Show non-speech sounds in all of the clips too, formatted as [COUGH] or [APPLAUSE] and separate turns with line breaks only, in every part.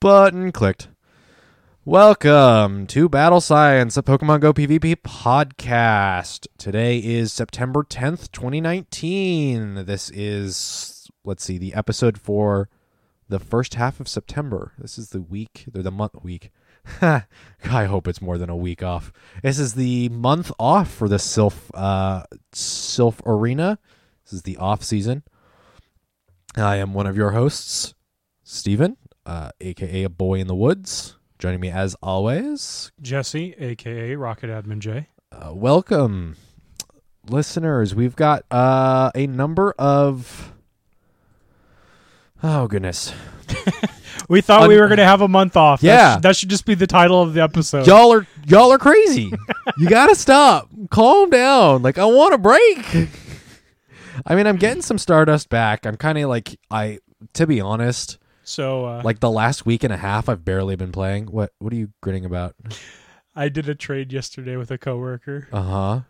Button clicked. Welcome to Battle Science, a Pokemon Go PvP podcast. Today is September 10th, 2019. This is, let's see, the episode for the first half of September. This is the week, or the month week. [LAUGHS] I hope it's more than a week off. This is the month off for the Sylph, uh, Sylph Arena. This is the off season. I am one of your hosts, Steven, uh, aka a boy in the woods. Joining me as always,
Jesse, aka Rocket Admin J.
uh, welcome, listeners. We've got uh, a number of oh goodness,
We thought we
Un-
were going to have a month off. That
Yeah.
sh- that should just be the title of the episode.
y'all are y'all are crazy. you gotta [LAUGHS] stop, calm down. Like I want a break. [LAUGHS] I mean, I'm getting some Stardust back. I'm kind of like I, to be honest,
So uh,
like the last week and a half, I've barely been playing. What What are you grinning about?
I did a trade yesterday with a coworker,
Uh huh.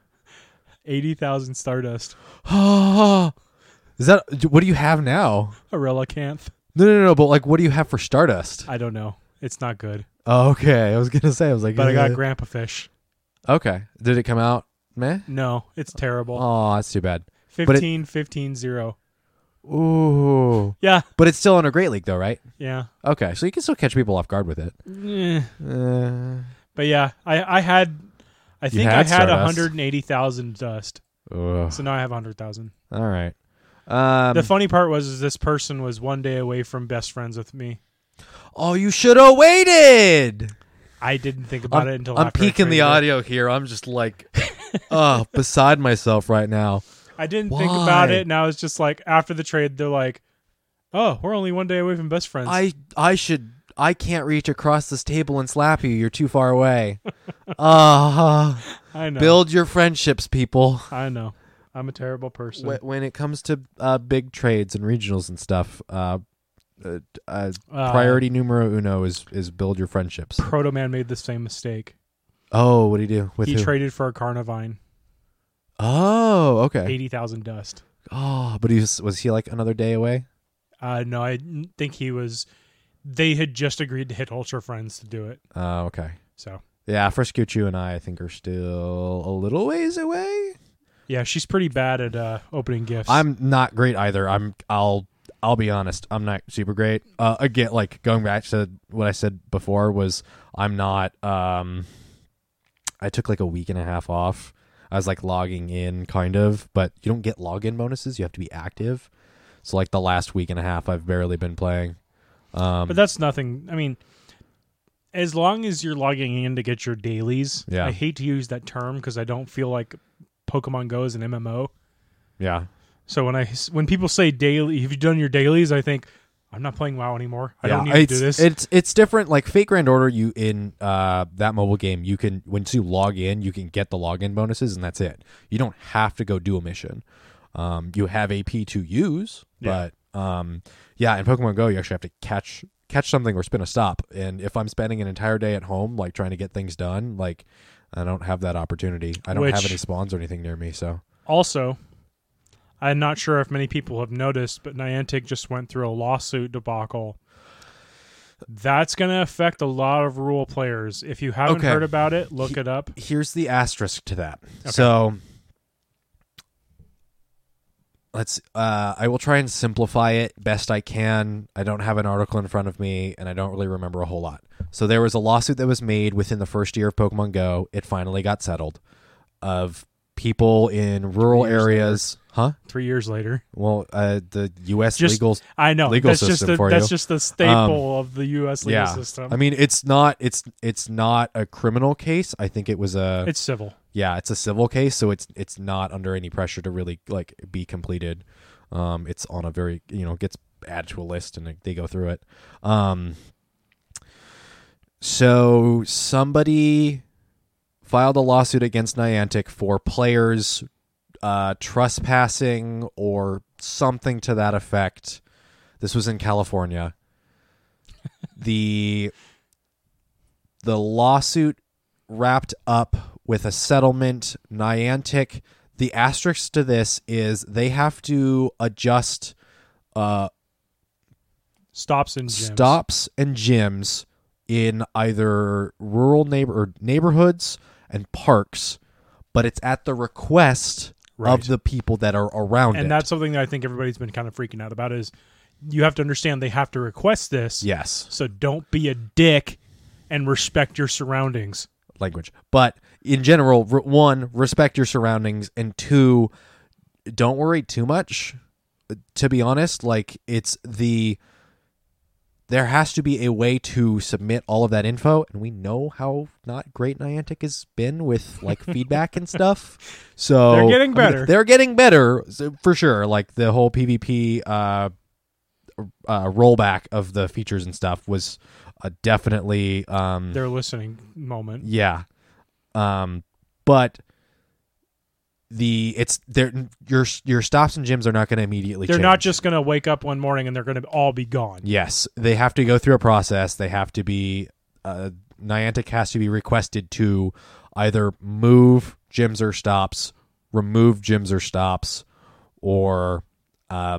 eighty thousand Stardust,
Oh, [SIGHS] is that what do you have now?
a Relicanth.
No, no, no. But like, what do you have for Stardust?
I don't know. It's not good,
Oh, okay, I was gonna say I was like,
but I got
uh,
Grandpa Fish.
okay. Did it come out? Meh.
No, it's terrible.
Oh, that's too bad. but it-
15, 15, 0.
Ooh,
Yeah,
but it's still on a Great League though, right?
yeah.
Okay, so you can still catch people off guard with it.
Eh.
Uh,
But yeah, I I had, I think
had
I had
Stardust.
one hundred and eighty thousand dust.
ugh.
So now I have hundred thousand.
All right. Um,
the funny part was, is this person was one day away from best friends with me.
oh, you should have waited.
I didn't think about
I'm,
it until
I'm
after Oh, I
peeking the
traded it.
audio here. I'm just like, [LAUGHS] oh, beside myself right now.
I didn't think about
Why?
it, and I was just like, after the trade, they're like, "Oh, we're only one day away from best friends."
I I should I can't reach across this table and slap you. You're too far
[LAUGHS]
away. Uh,
I know.
build your friendships, people.
I know. I'm a terrible person.
Wh- When it comes to uh, big trades and regionals and stuff, uh, uh, uh,
Uh,
priority numero uno is is build your friendships.
Proto Man made the same mistake.
Oh, what do you do with
he
who?
traded for a Carnivine,
oh, okay.
eighty thousand dust.
Oh, but he was was he like another day away?
Uh, no, I n- think he was. They had just agreed to hit Ultra Friends to do it.
Oh, okay.
So
Yeah, Frescucci and I, I think, are still a little ways away.
yeah, she's pretty bad at uh, opening gifts.
I'm not great either. I'm I'll I'll be honest. I'm not super great. Uh, again, like going back to what I said before was I'm not. Um, I took like a week and a half off. I was like logging in kind of, but you don't get login bonuses. You have to be active. So like the last week and a half, I've barely been playing. Um,
but that's nothing. I mean, as long as you're logging in to get your dailies,
Yeah.
I hate to use that term because I don't feel like Pokemon Go is an MMO.
yeah,
So when I when people say daily, have you done your dailies? I think I'm not playing WoW anymore. I don't need to do
it's-
this.
It's it's different. Like Fate Grand Order, you in uh, that mobile game, you can once you log in, you can get the login bonuses, and that's it. You don't have to go do a mission. Um, you have AP to use,
Yeah.
but um, yeah, in Pokemon Go, you actually have to catch catch something or spin a stop. And if I'm spending an entire day at home, like trying to get things done, like I don't have that opportunity. I don't have
Which-
any spawns or anything near me, so
also, I'm not sure if many people have noticed, but Niantic just went through a lawsuit debacle. That's going to affect a lot of rural players. If you haven't
Okay.
heard about it, look it up.
here's the asterisk to that. So let's uh I will try and simplify it best I can. I don't have an article in front of me and I don't really remember a whole lot. So there was a lawsuit that was made within the first year of Pokemon Go. It finally got settled of people in rural
Years
areas, huh?
Three years later,
Well, uh the US
Just-
legal
I know
Legal
that's just
system
the,
for you.
that's
Um,
just the staple of the U.S. legal system.
I mean, it's not it's it's not a criminal case. I think it was a
it's civil.
yeah, it's a civil case, so it's it's not under any pressure to really like be completed. Um, it's on a very you know gets added to a list and they go through it. Um, so somebody filed a lawsuit against Niantic for players uh, trespassing or something to that effect. This was in California. [LAUGHS] the The lawsuit wrapped up with a settlement. Niantic. The asterisk to this is they have to adjust uh,
Stops and gyms.
stops and gyms in either rural neighbor or neighborhoods and parks, but it's at the request
Right.
of the people that are around it.
and that's something that I think everybody's been kind of freaking out about is you have to understand they have to request this.
yes,
So don't be a dick and respect your surroundings.
language. But in general, r- one, respect your surroundings, and two, don't worry too much. To be honest, like it's the there has to be a way to submit all of that info, and we know how not great Niantic has been with
[LAUGHS]
like feedback and stuff. So
They're getting
I mean,
better.
they're getting better so- for sure. Like the whole PvP uh, uh, rollback of the features and stuff was uh, definitely um,
Their listening moment.
yeah. Um, but the it's there your your stops and gyms are not going to immediately
They're
change.
not just going to wake up one morning and they're going to all be gone.
Yes, they have to go through a process. They have to be uh, Niantic has to be requested to either move gyms or stops, remove gyms or stops, or uh,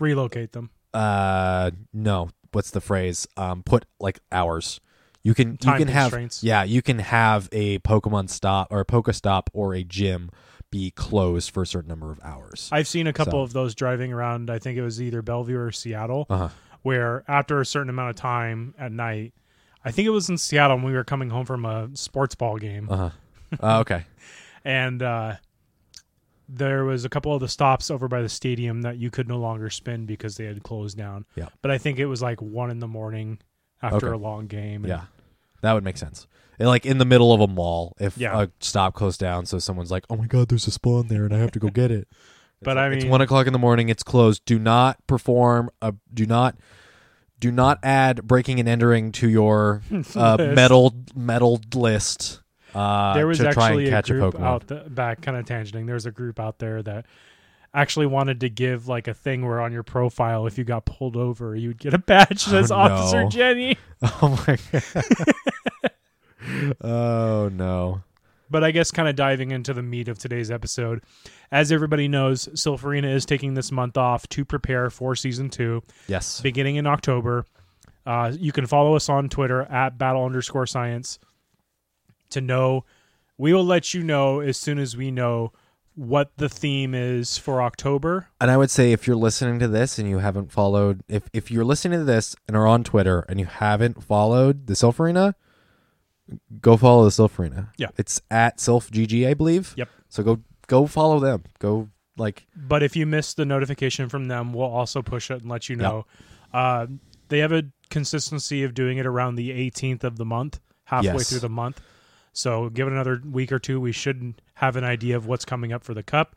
Relocate them.
uh no what's the phrase um put like hours you can
Time
you can have
constraints.
yeah you can have a pokemon stop or a pokestop or a gym be closed for a certain number of hours
I've seen a couple
So-
of those driving around. I think it was either Bellevue or Seattle,
uh-huh
where after a certain amount of time at night, I think it was in Seattle when we were coming home from a sports ball game,
uh-huh uh, okay
and uh, there was a couple of the stops over by the stadium that you could no longer spin because they had closed down.
Yeah.
But I think it was like one in the morning after
Okay.
a long game. and-
yeah that would make sense And, like in the middle of a mall if
Yeah.
a stop closed down so someone's like oh my god there's a spawn there and i have
[LAUGHS]
to go get it It's
But
like,
I
it's
mean-
one o'clock in the morning it's closed do not perform a, do not do not add breaking and entering to your uh,
[LAUGHS] List.
metal metal list uh,
there was
to try
actually
and catch
a group
Pokemon.
out the, back kind of tangenting there's a group out there that actually wanted to give like a thing where on your profile if you got pulled over you would get a badge that says
Oh,
officer
no.
jenny
[LAUGHS] Oh my god! [LAUGHS] oh no!
but i guess kind of diving into the meat of today's episode as everybody knows silverina is taking this month off to prepare for season two
Yes,
beginning in October. Uh, you can follow us on Twitter at battle underscore science to know. We will let you know as soon as we know what the theme is for October.
and I would say if you're listening to this and you haven't followed, if if you're listening to this and are on Twitter and you haven't followed the Silpharina, go follow the Silpharina.
Yeah.
it's at SilfGG, I believe.
Yep.
So go go follow them. Go like
But if you miss the notification from them, we'll also push it and let you know. Uh, they have a consistency of doing it around the 18th of the month, halfway
Yes.
through the month. So give it another week or two. We should have an idea of what's coming up for the cup.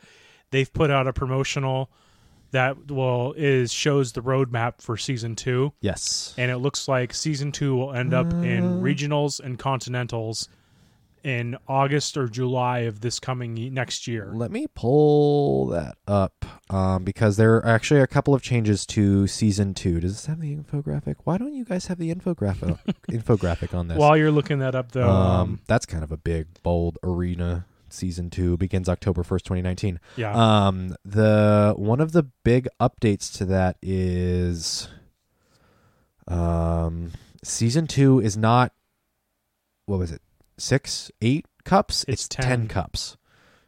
They've put out a promotional that will is shows the roadmap for season two,
yes,
and it looks like season two will end up in regionals and continentals in August or July of this coming ye- next year.
Let me pull that up um, because there are actually a couple of changes to season two. Does this have the infographic? Why don't you guys have the
[LAUGHS]
infographic infographic on this?
While you're looking that up, though, um,
um, that's kind of a big bold arena. Season two begins October first, twenty nineteen.
yeah,
Um, the one of the big updates to that is, um, season two is not what was it six eight cups?
It's
ten
10.
cups.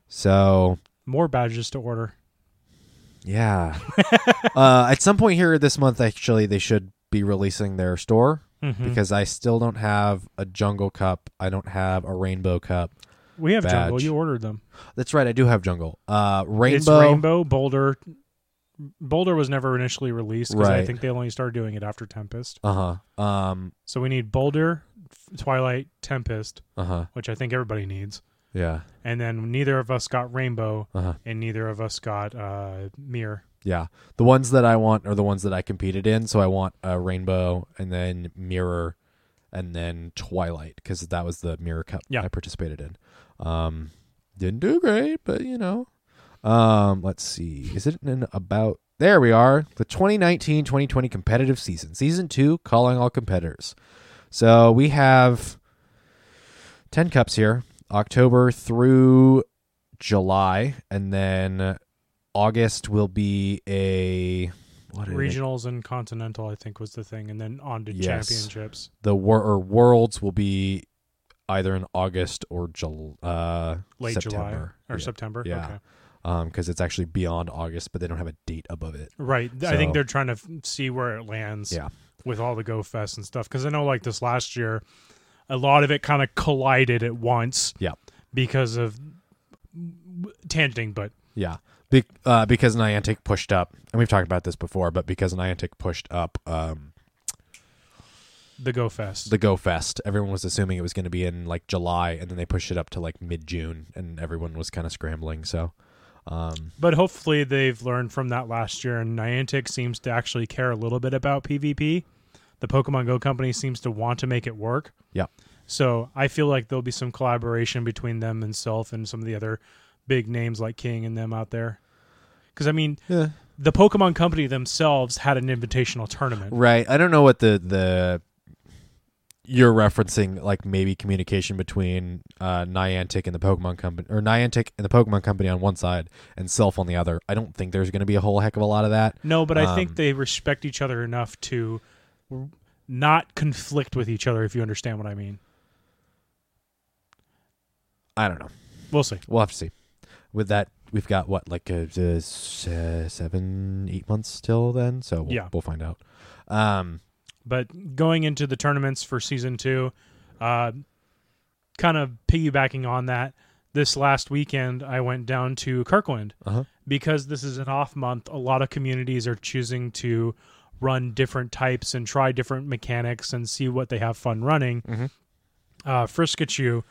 So
more badges to order.
Yeah.
[LAUGHS]
uh, at some point here this month, actually, they should be releasing their store
Mm.
because I still don't have a jungle cup. I don't have a rainbow cup.
We have
badge.
jungle. You ordered them.
That's right. I do have jungle. Uh, rainbow.
It's rainbow boulder. Boulder was never initially released because I
Right.
think they only started doing it after Tempest.
Uh huh. Um.
So we need Boulder, Twilight, Tempest,
Uh huh.
which I think everybody needs,
Yeah.
and then neither of us got Rainbow,
Uh huh.
and neither of us got uh, Mirror.
Yeah. The ones that I want are the ones that I competed in. So I want a rainbow and then mirror and then twilight because that was the mirror cup
Yeah.
I participated in. Um, didn't do great, but you know. Um, let's see. Is it in about there we are. The 2019-2020 competitive season. Season 2 calling all competitors. So we have 10 cups here. October through July and then August will be a what are they-
Regionals and continental, I think, was the thing, and then on to
Yes.
championships.
the war or worlds will be either in August or Jul- uh,
Late
September.
July
yeah.
or September.
Yeah.
Okay.
because it's actually beyond August, but they don't have a date above it.
Right. I think
So-
they're trying to f- see where it lands
Yeah.
with all the Go Fest and stuff. Because I know, like this last year, a lot of it kind of collided at once.
Yeah.
Because of w- tangenting, but
Yeah, Be- uh, because Niantic pushed up, and we've talked about this before, but because Niantic pushed up um,
the Go Fest.
the Go Fest, everyone was assuming it was going to be in like July, and then they pushed it up to like mid June, and everyone was kind of scrambling. So, um,
but hopefully they've learned from that last year, and Niantic seems to actually care a little bit about PvP. The Pokemon Go company seems to want to make it work.
yeah,
So I feel like there'll be some collaboration between them and Self and some of the other big names like King and them out there. Because I mean,
yeah,
the Pokemon company themselves had an invitational tournament.
right. I don't know what the the you're referencing like maybe communication between uh, Niantic and the Pokemon company, or Niantic and the Pokemon company on one side, and Self on the other. I don't think there's going to be a whole heck of a lot of that.
No, but I think
Um,
they respect each other enough to r- not conflict with each other if you understand what I mean.
I don't know.
We'll see.
We'll have to see. With that, we've got what like uh, uh, s- uh, seven, eight months till then, so we'll,
Yeah.
we'll find out. Um,
But going into the tournaments for season two, uh, kind of piggybacking on that, this last weekend I went down to Kirkland
Uh-huh.
because this is an off month. A lot of communities are choosing to run different types and try different mechanics and see what they have fun running.
Mhm.
Uh, Friskachu,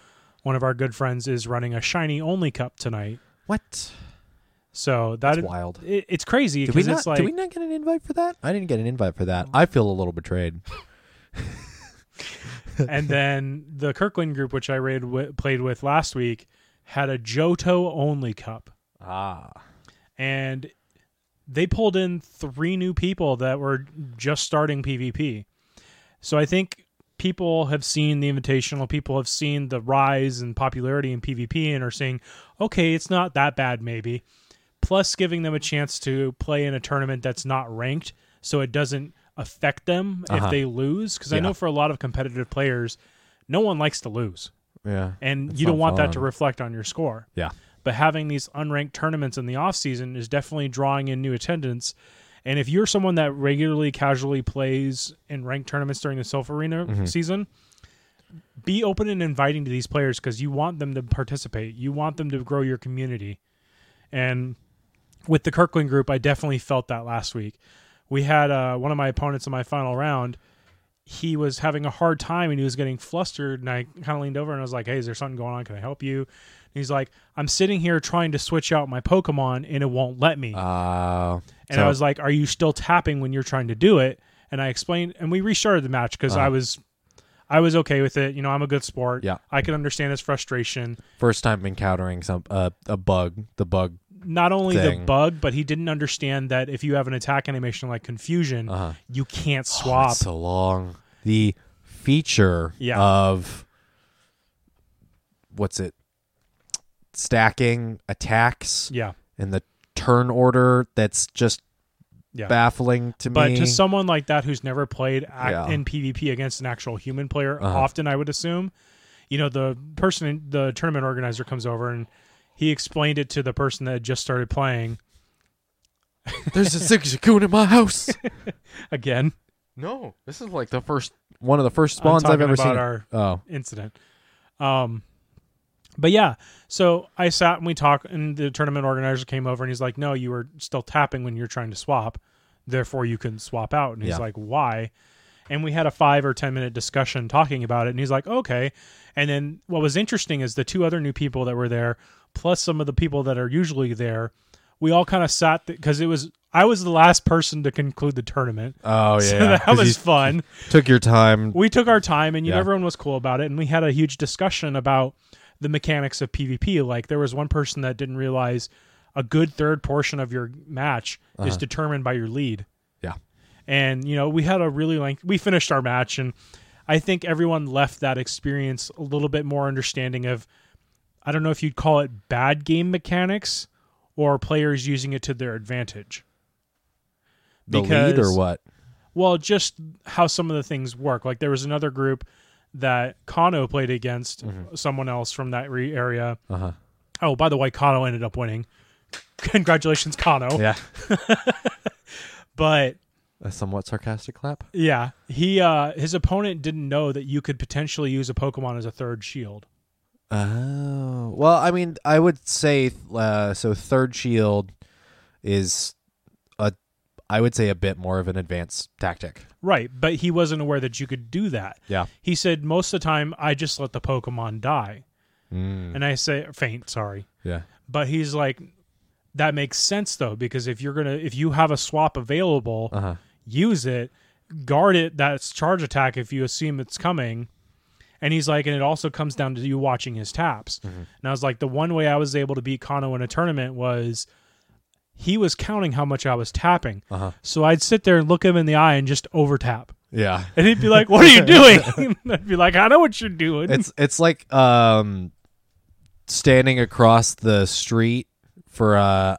one of our good friends, is running a shiny only cup tonight.
what?
So that
That's
is-
wild.
it- it's crazy
Did we
because
not?
it's like
did we not get an invite for that? I didn't get an invite for that. I feel a little betrayed.
and then the Kirkland group, which I raid w- played with last week, had a Johto only cup,
Ah,
and they pulled in three new people that were just starting PvP. So I think people have seen the invitational, people have seen the rise in popularity in PvP, and are saying, "Okay, it's not that bad, maybe." Plus, giving them a chance to play in a tournament that's not ranked, so it doesn't affect them
Uh-huh.
if they lose. Because I
Yeah.
know for a lot of competitive players, no one likes to lose
yeah.
and
That's
you don't
not
want that to
fun.
reflect on your score.
Yeah.
But having these unranked tournaments in the off season is definitely drawing in new attendance. And if you're someone that regularly casually plays in ranked tournaments during the Self Arena season, be open and inviting to these players because you want them to participate. You want them to grow your community. And with the Kirkland group, I definitely felt that last week. We had uh, one of my opponents in my final round he was having a hard time and he was getting flustered and i kind of leaned over and i was like hey is there something going on can i help you and he's like i'm sitting here trying to switch out my pokemon and it won't let me
Uh,
and
so-
i was like are you still tapping when you're trying to do it and i explained and we restarted the match because i
Uh-huh.
was i was okay with it you know i'm a good sport
Yeah.
i can understand his frustration
first time encountering some uh, a bug. The bug.
not only
Thing.
the bug but he didn't understand that if you have an attack animation like confusion
Uh-huh.
you can't
Oh,
swap
it's so long. The feature
Yeah.
of what's it? Stacking attacks
yeah
and the turn order that's just
yeah
baffling to
But
me.
to someone like that who's never played ac-
Yeah.
in PvP against an actual human player,
Uh-huh.
often I would assume, you know, the person, in, the tournament organizer comes over and he explained it to the person that had just started playing
[LAUGHS] There's a six coon in my
[LAUGHS]
house.
again.
no, this is like the first one of the first spawns
I'm
I've
talking
ever
about
seen.
Our
oh,
incident. Um, but yeah, so I sat and we talked, and the tournament organizer came over and he's like, "No, you were still tapping when you're trying to swap, therefore you couldn't swap out." And he's
Yeah.
like, "Why?" And we had a five or ten minute discussion talking about it, and he's like, "Okay." And then what was interesting is the two other new people that were there, plus some of the people that are usually there, we all kind of sat because it was I was the last person to conclude the tournament,
oh yeah.
[LAUGHS] so that
'cause
was
you
fun
took your
[LAUGHS]
time.
we took our time and you know,
Yeah.
everyone was cool about it and we had a huge discussion about the mechanics of pvp like there was one person that didn't realize a good third portion of your match is determined by your lead
Yeah.
and you know we had a really like we finished our match and i think everyone left that experience a little bit more understanding of i don't know if you'd call it bad game mechanics or players using it to their advantage
the lead
Because-
or what?
Well, just how some of the things work. Like there was another group that Kano played against someone else from that re- area.
Uh huh.
Oh, by the way, Kano ended up winning. [LAUGHS] Congratulations, Kano.
Yeah.
But
A somewhat sarcastic clap.
yeah, he uh his opponent didn't know that you could potentially use a Pokemon as a third shield.
Oh well, I mean, I would say uh, so. Third shield is a, I would say a bit more of an advanced tactic.
Right, but he wasn't aware that you could do that.
Yeah.
He said most of the time I just let the Pokemon die.
Mm.
And I say faint, sorry.
Yeah.
But he's like that makes sense though because if you're going to if you have a swap available,
Uh huh.
use it, guard it that's charge attack if you assume it's coming. And he's like, and it also comes down to you watching his taps. And I was like, the one way I was able to beat Kano in a tournament was he was counting how much I was tapping.
Uh-huh.
So I'd sit there and look him in the eye and just overtap.
Yeah.
And he'd be like, What are you doing? [LAUGHS] And I'd be like, I know what you're doing.
It's it's like um, standing across the street for a,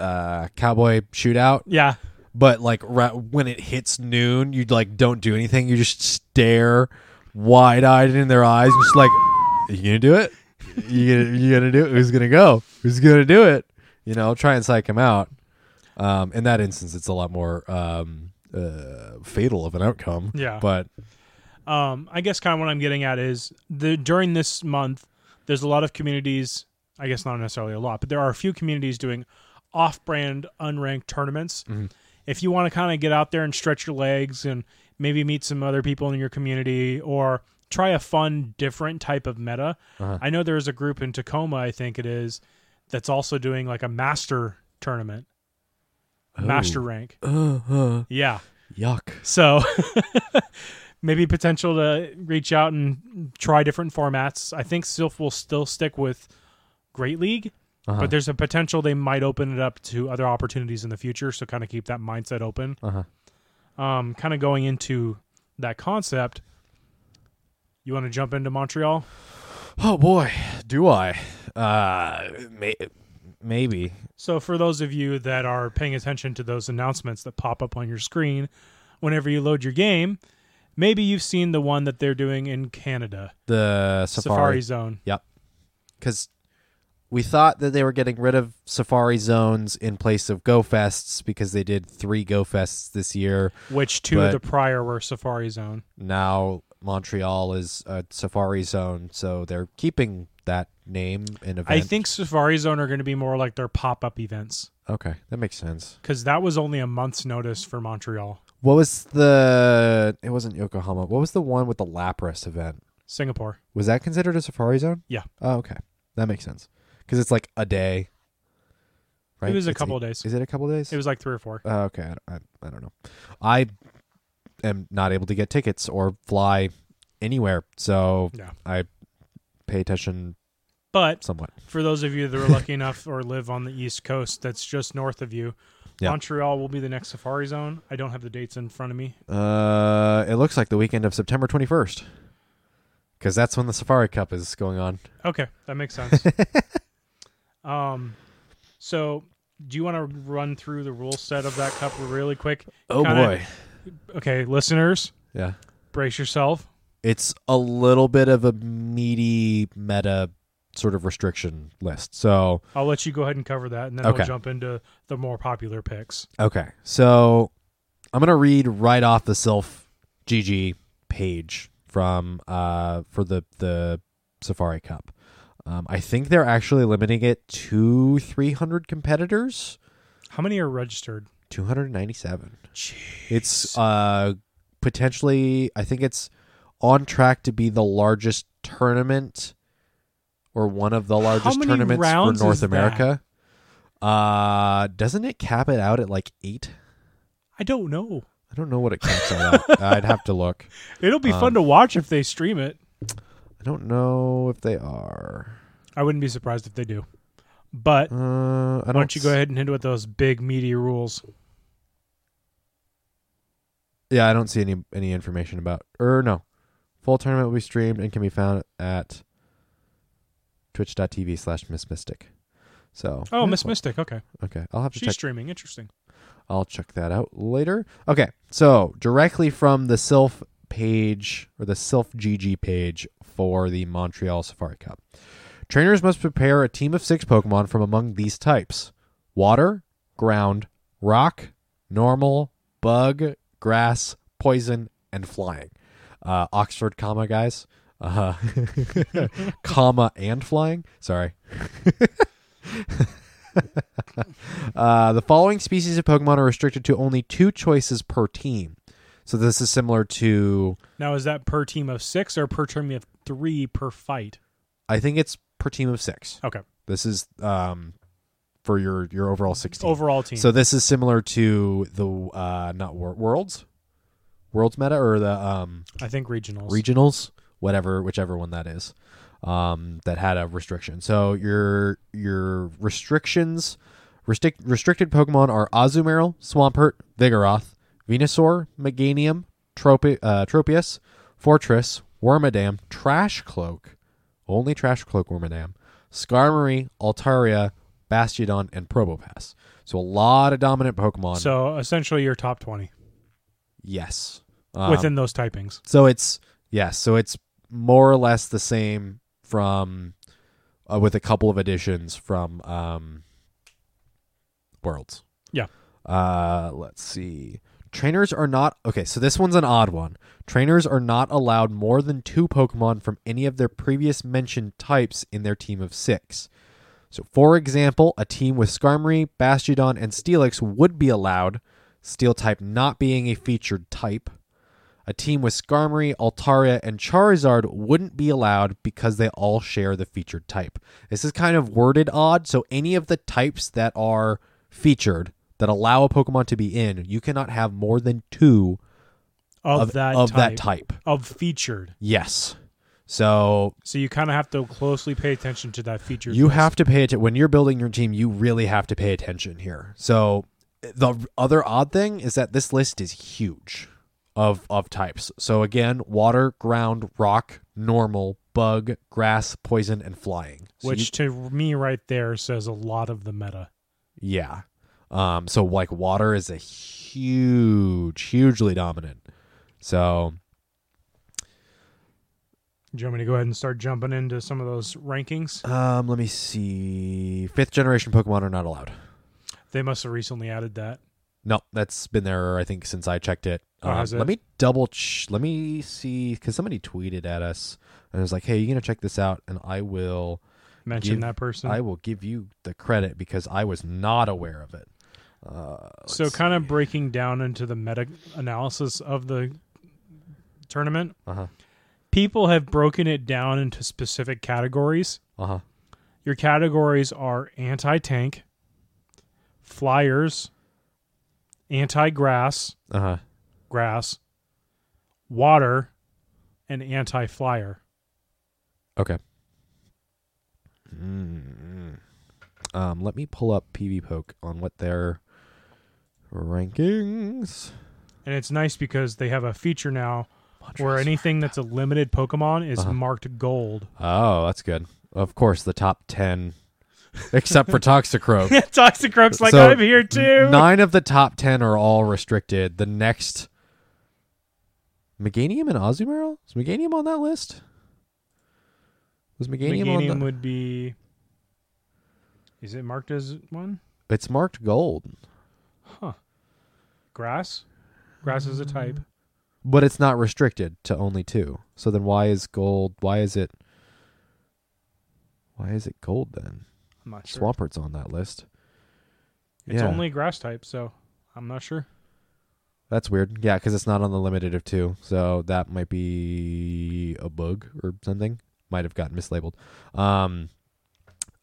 a cowboy shootout,
yeah.
but like ra- when it hits noon, you like don't do anything. You just stare wide eyed in their eyes, just like, "Are you gonna do it? You gonna, you gonna do it? Who's gonna go? Who's gonna do it? You know, try and psych him out. Um, in that instance, it's a lot more um, uh, fatal of an outcome.
Yeah.
but
um, I guess kind of what I'm getting at is the during this month, there's a lot of communities. I guess not necessarily a lot, but there are a few communities doing off-brand unranked tournaments. If you want to kind of get out there and stretch your legs and maybe meet some other people in your community or try a fun, different type of meta, I know there's a group in Tacoma, I think it is, that's also doing like a master tournament, master rank.
uh, uh,
Yeah.
yuck.
So [LAUGHS] maybe potential to reach out and try different formats. I think Sylph will still stick with Great League,
Uh-huh.
but there's a potential they might open it up to other opportunities in the future. So kind of keep that mindset open.
Uh-huh.
Um, kind of going into that concept. You want to jump into Montreal?
Oh boy, do I? Uh, may- maybe.
So, for those of you that are paying attention to those announcements that pop up on your screen whenever you load your game, maybe you've seen the one that they're doing in Canada,
The
Safari Zone.
Yep. Because we thought that they were getting rid of Safari Zones in place of Go Fests because they did three Go Fests this year.
which two
But-
of the prior were Safari Zone.
Now Montreal is a Safari Zone, so they're keeping that name and event.
I think Safari Zone are going to be more like their pop up events
Okay, that makes sense.
because that was only a month's notice for Montreal,
What was the? It wasn't Yokohama. What was the one with the Lapras event?
Singapore.
Was that considered a Safari Zone?
Yeah.
Oh, okay, that makes sense because it's like a day. Right.
It was a
It's
couple of days.
Is it a couple days?
It was like three or four.
Uh, okay, I, I, I don't know. I am not able to get tickets or fly anywhere, so
Yeah.
I pay attention
But
somewhat.
for those of you that are lucky [LAUGHS] enough or live on the East Coast, that's just north of you.
Yeah.
Montreal will be the next Safari Zone. I don't have the dates in front of me.
Uh, it looks like the weekend of September 21st, because that's when the Safari Cup is going on.
Okay, that makes
[LAUGHS]
sense. um, so do you want to run through the rule set of that cup really quick?
Oh
Kinda-
boy,
Okay, listeners,
yeah.
brace yourself.
It's a little bit of a meaty meta sort of restriction list. So
I'll let you go ahead and cover that, and then
Okay.
we'll jump into the more popular picks.
Okay. So I'm going to read right off the self GG page from uh for the the Safari Cup. Um, I think they're actually limiting it to 300 competitors,
How many are registered?
297.
Jeez.
It's uh potentially I think it's on track to be the largest tournament or one of the largest
many
tournaments
rounds
for North
is that?
America. Uh doesn't it cap it out at like 8?
I don't know.
I don't know what it comes out
[LAUGHS]
at. I'd have to look.
It'll be
Um,
fun to watch if they stream it.
I don't know if they are.
I wouldn't be surprised if they do. But
Uh, I don't.
why don't you go ahead and hit it with those big meaty rules?
Yeah, I don't see any any information about. Or no, full tournament will be streamed and can be found at twitch.tv slash Miss Mystic. So
Oh,
yeah,
Miss
well,
Oh, Mystic. Okay,
Okay, I'll have to
she's
check.
streaming. Interesting.
I'll check that out later. Okay, so directly from the Sylph page or the Sylph GG page for the Montreal Safari Cup. Trainers must prepare a team of six Pokemon from among these types water, ground, rock, normal, bug, grass, poison, and flying. Uh, Oxford comma, guys. Uh, [LAUGHS] comma and flying. Sorry. uh, the following species of Pokemon are restricted to only two choices per team. So this is similar to,
Now, is that per team of six or per team of three per fight?
I think it's per team of six.
Okay.
This is um, for your your overall sixteen.
Overall team.
So this is similar to the uh, not wor- worlds, worlds meta or the um,
I think regionals.
regionals, whatever, whichever one that is, um, that had a restriction. So your your restrictions, restrict, restricted Pokemon are Azumarill, Swampert, Vigoroth, Venusaur, Meganium, Tropi, uh, Tropius, Fortress, Wormadam, Trash Cloak, only Trash Cloak Wormadam, Skarmory, Altaria, Bastiodon, and Probopass. So a lot of dominant Pokemon.
so essentially your top 20
yes. Um,
within those typings.
so it's yeah, so it's more or less the same from uh, with a couple of additions from um Worlds.
Yeah.
Uh let's see. Trainers are not okay, so this one's an odd one. Trainers are not allowed more than two Pokemon from any of their previous mentioned types in their team of six. So, for example, a team with Skarmory, Bastiodon, and Steelix would be allowed, Steel type not being a featured type. A team with Skarmory, Altaria, and Charizard wouldn't be allowed because they all share the featured type. This is kind of worded odd, so any of the types that are featured that allow a Pokemon to be in, you cannot have more than two
Of,
of,
that,
of
type,
that type.
Of featured.
Yes. So
So you kind of have to closely pay attention to that featured.
You
list.
have to pay attention when you're building your team. You really have to pay attention here. So the other odd thing is that this list is huge of of types. So again, water, ground, rock, normal, bug, grass, poison, and flying. So you-
Which to me right there says a lot of the meta.
yeah. Um, so like water is a huge, hugely dominant. So
Do you want me to go ahead and start jumping into some of those rankings?
um, let me see. Fifth generation Pokemon are not allowed.
They must have recently added that.
No, that's been there. I think since I checked it.
Oh,
Um,
has it?
Let me double. Ch- let me see because somebody tweeted at us and was like, "Hey, you gonna check this out?" And I will.
Mention
Give-
that person.
I will give you the credit because I was not aware of it. Uh, let's
so
see.
kind of breaking down into the meta analysis of the tournament
Uh-huh.
people have broken it down into specific categories
Uh-huh.
your categories are anti-tank flyers anti-grass
Uh-huh.
grass water and anti-flyer
Okay. Mm. Um, let me pull up PV Poke on what their rankings.
and it's nice because they have a feature now where anything that's a limited pokemon is
Uh-huh.
marked gold [LAUGHS]
Oh, that's good. Of course, the top ten, except for Toxicroak.
toxicroak's like
So,
i'm here too
Nine of the top ten are all restricted. The next Meganium and Azumarill? Is Meganium on that list? Was Meganium,
Meganium
on the
would be. Is it marked as one?
It's marked gold.
Grass. Grass
Mm.
is a type.
But it's not restricted to only two. So then why is gold why is it why is it gold then?
I'm not sure.
Swampert's on that list.
It's
yeah.
only grass type, so I'm not sure.
That's weird. Yeah, because it's not on the limited of two, so that might be a bug or something. Might have gotten mislabeled. Um,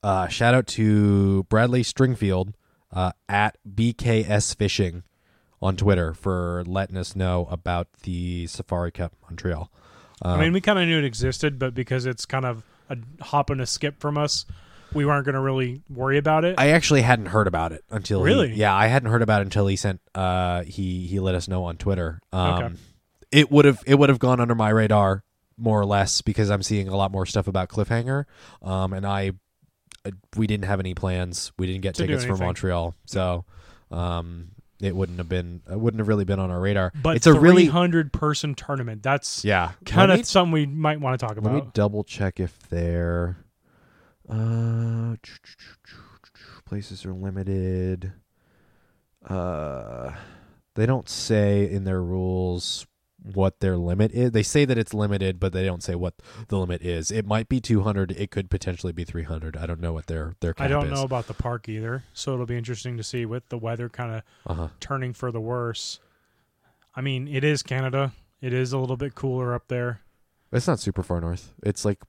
uh, shout out to Bradley Stringfield uh, at BKS Fishing on Twitter for letting us know about the Safari Cup Montreal. Um,
I mean, we kind of knew it existed, but because it's kind of a hop and a skip from us, we weren't going to really worry about it.
I actually hadn't heard about it until he-
Really?
yeah, I hadn't heard about it until he sent uh he he let us know on Twitter. Um
Okay.
it would have it would have gone under my radar more or less because I'm seeing a lot more stuff about Cliffhanger. Um and I uh, we didn't have any plans. We didn't get
To do
tickets for
anything.
Montreal. So um it wouldn't have been it wouldn't have really been on our radar.
But
it's a really
300 person tournament. That's
yeah.
kind
Let
of
me-
something we might want to talk
Let me
about.
double check if they're uh, places are limited. Uh, they don't say in their rules what their limit is. They say that it's limited, but they don't say what the limit is. It might be 200. It could potentially be 300. I don't know what their their cap
I don't
is.
know about the park either, so it'll be interesting to see with the weather kind of
Uh-huh.
turning for the worse. I mean, it is Canada. It is a little bit cooler up there.
It's not super far north. It's like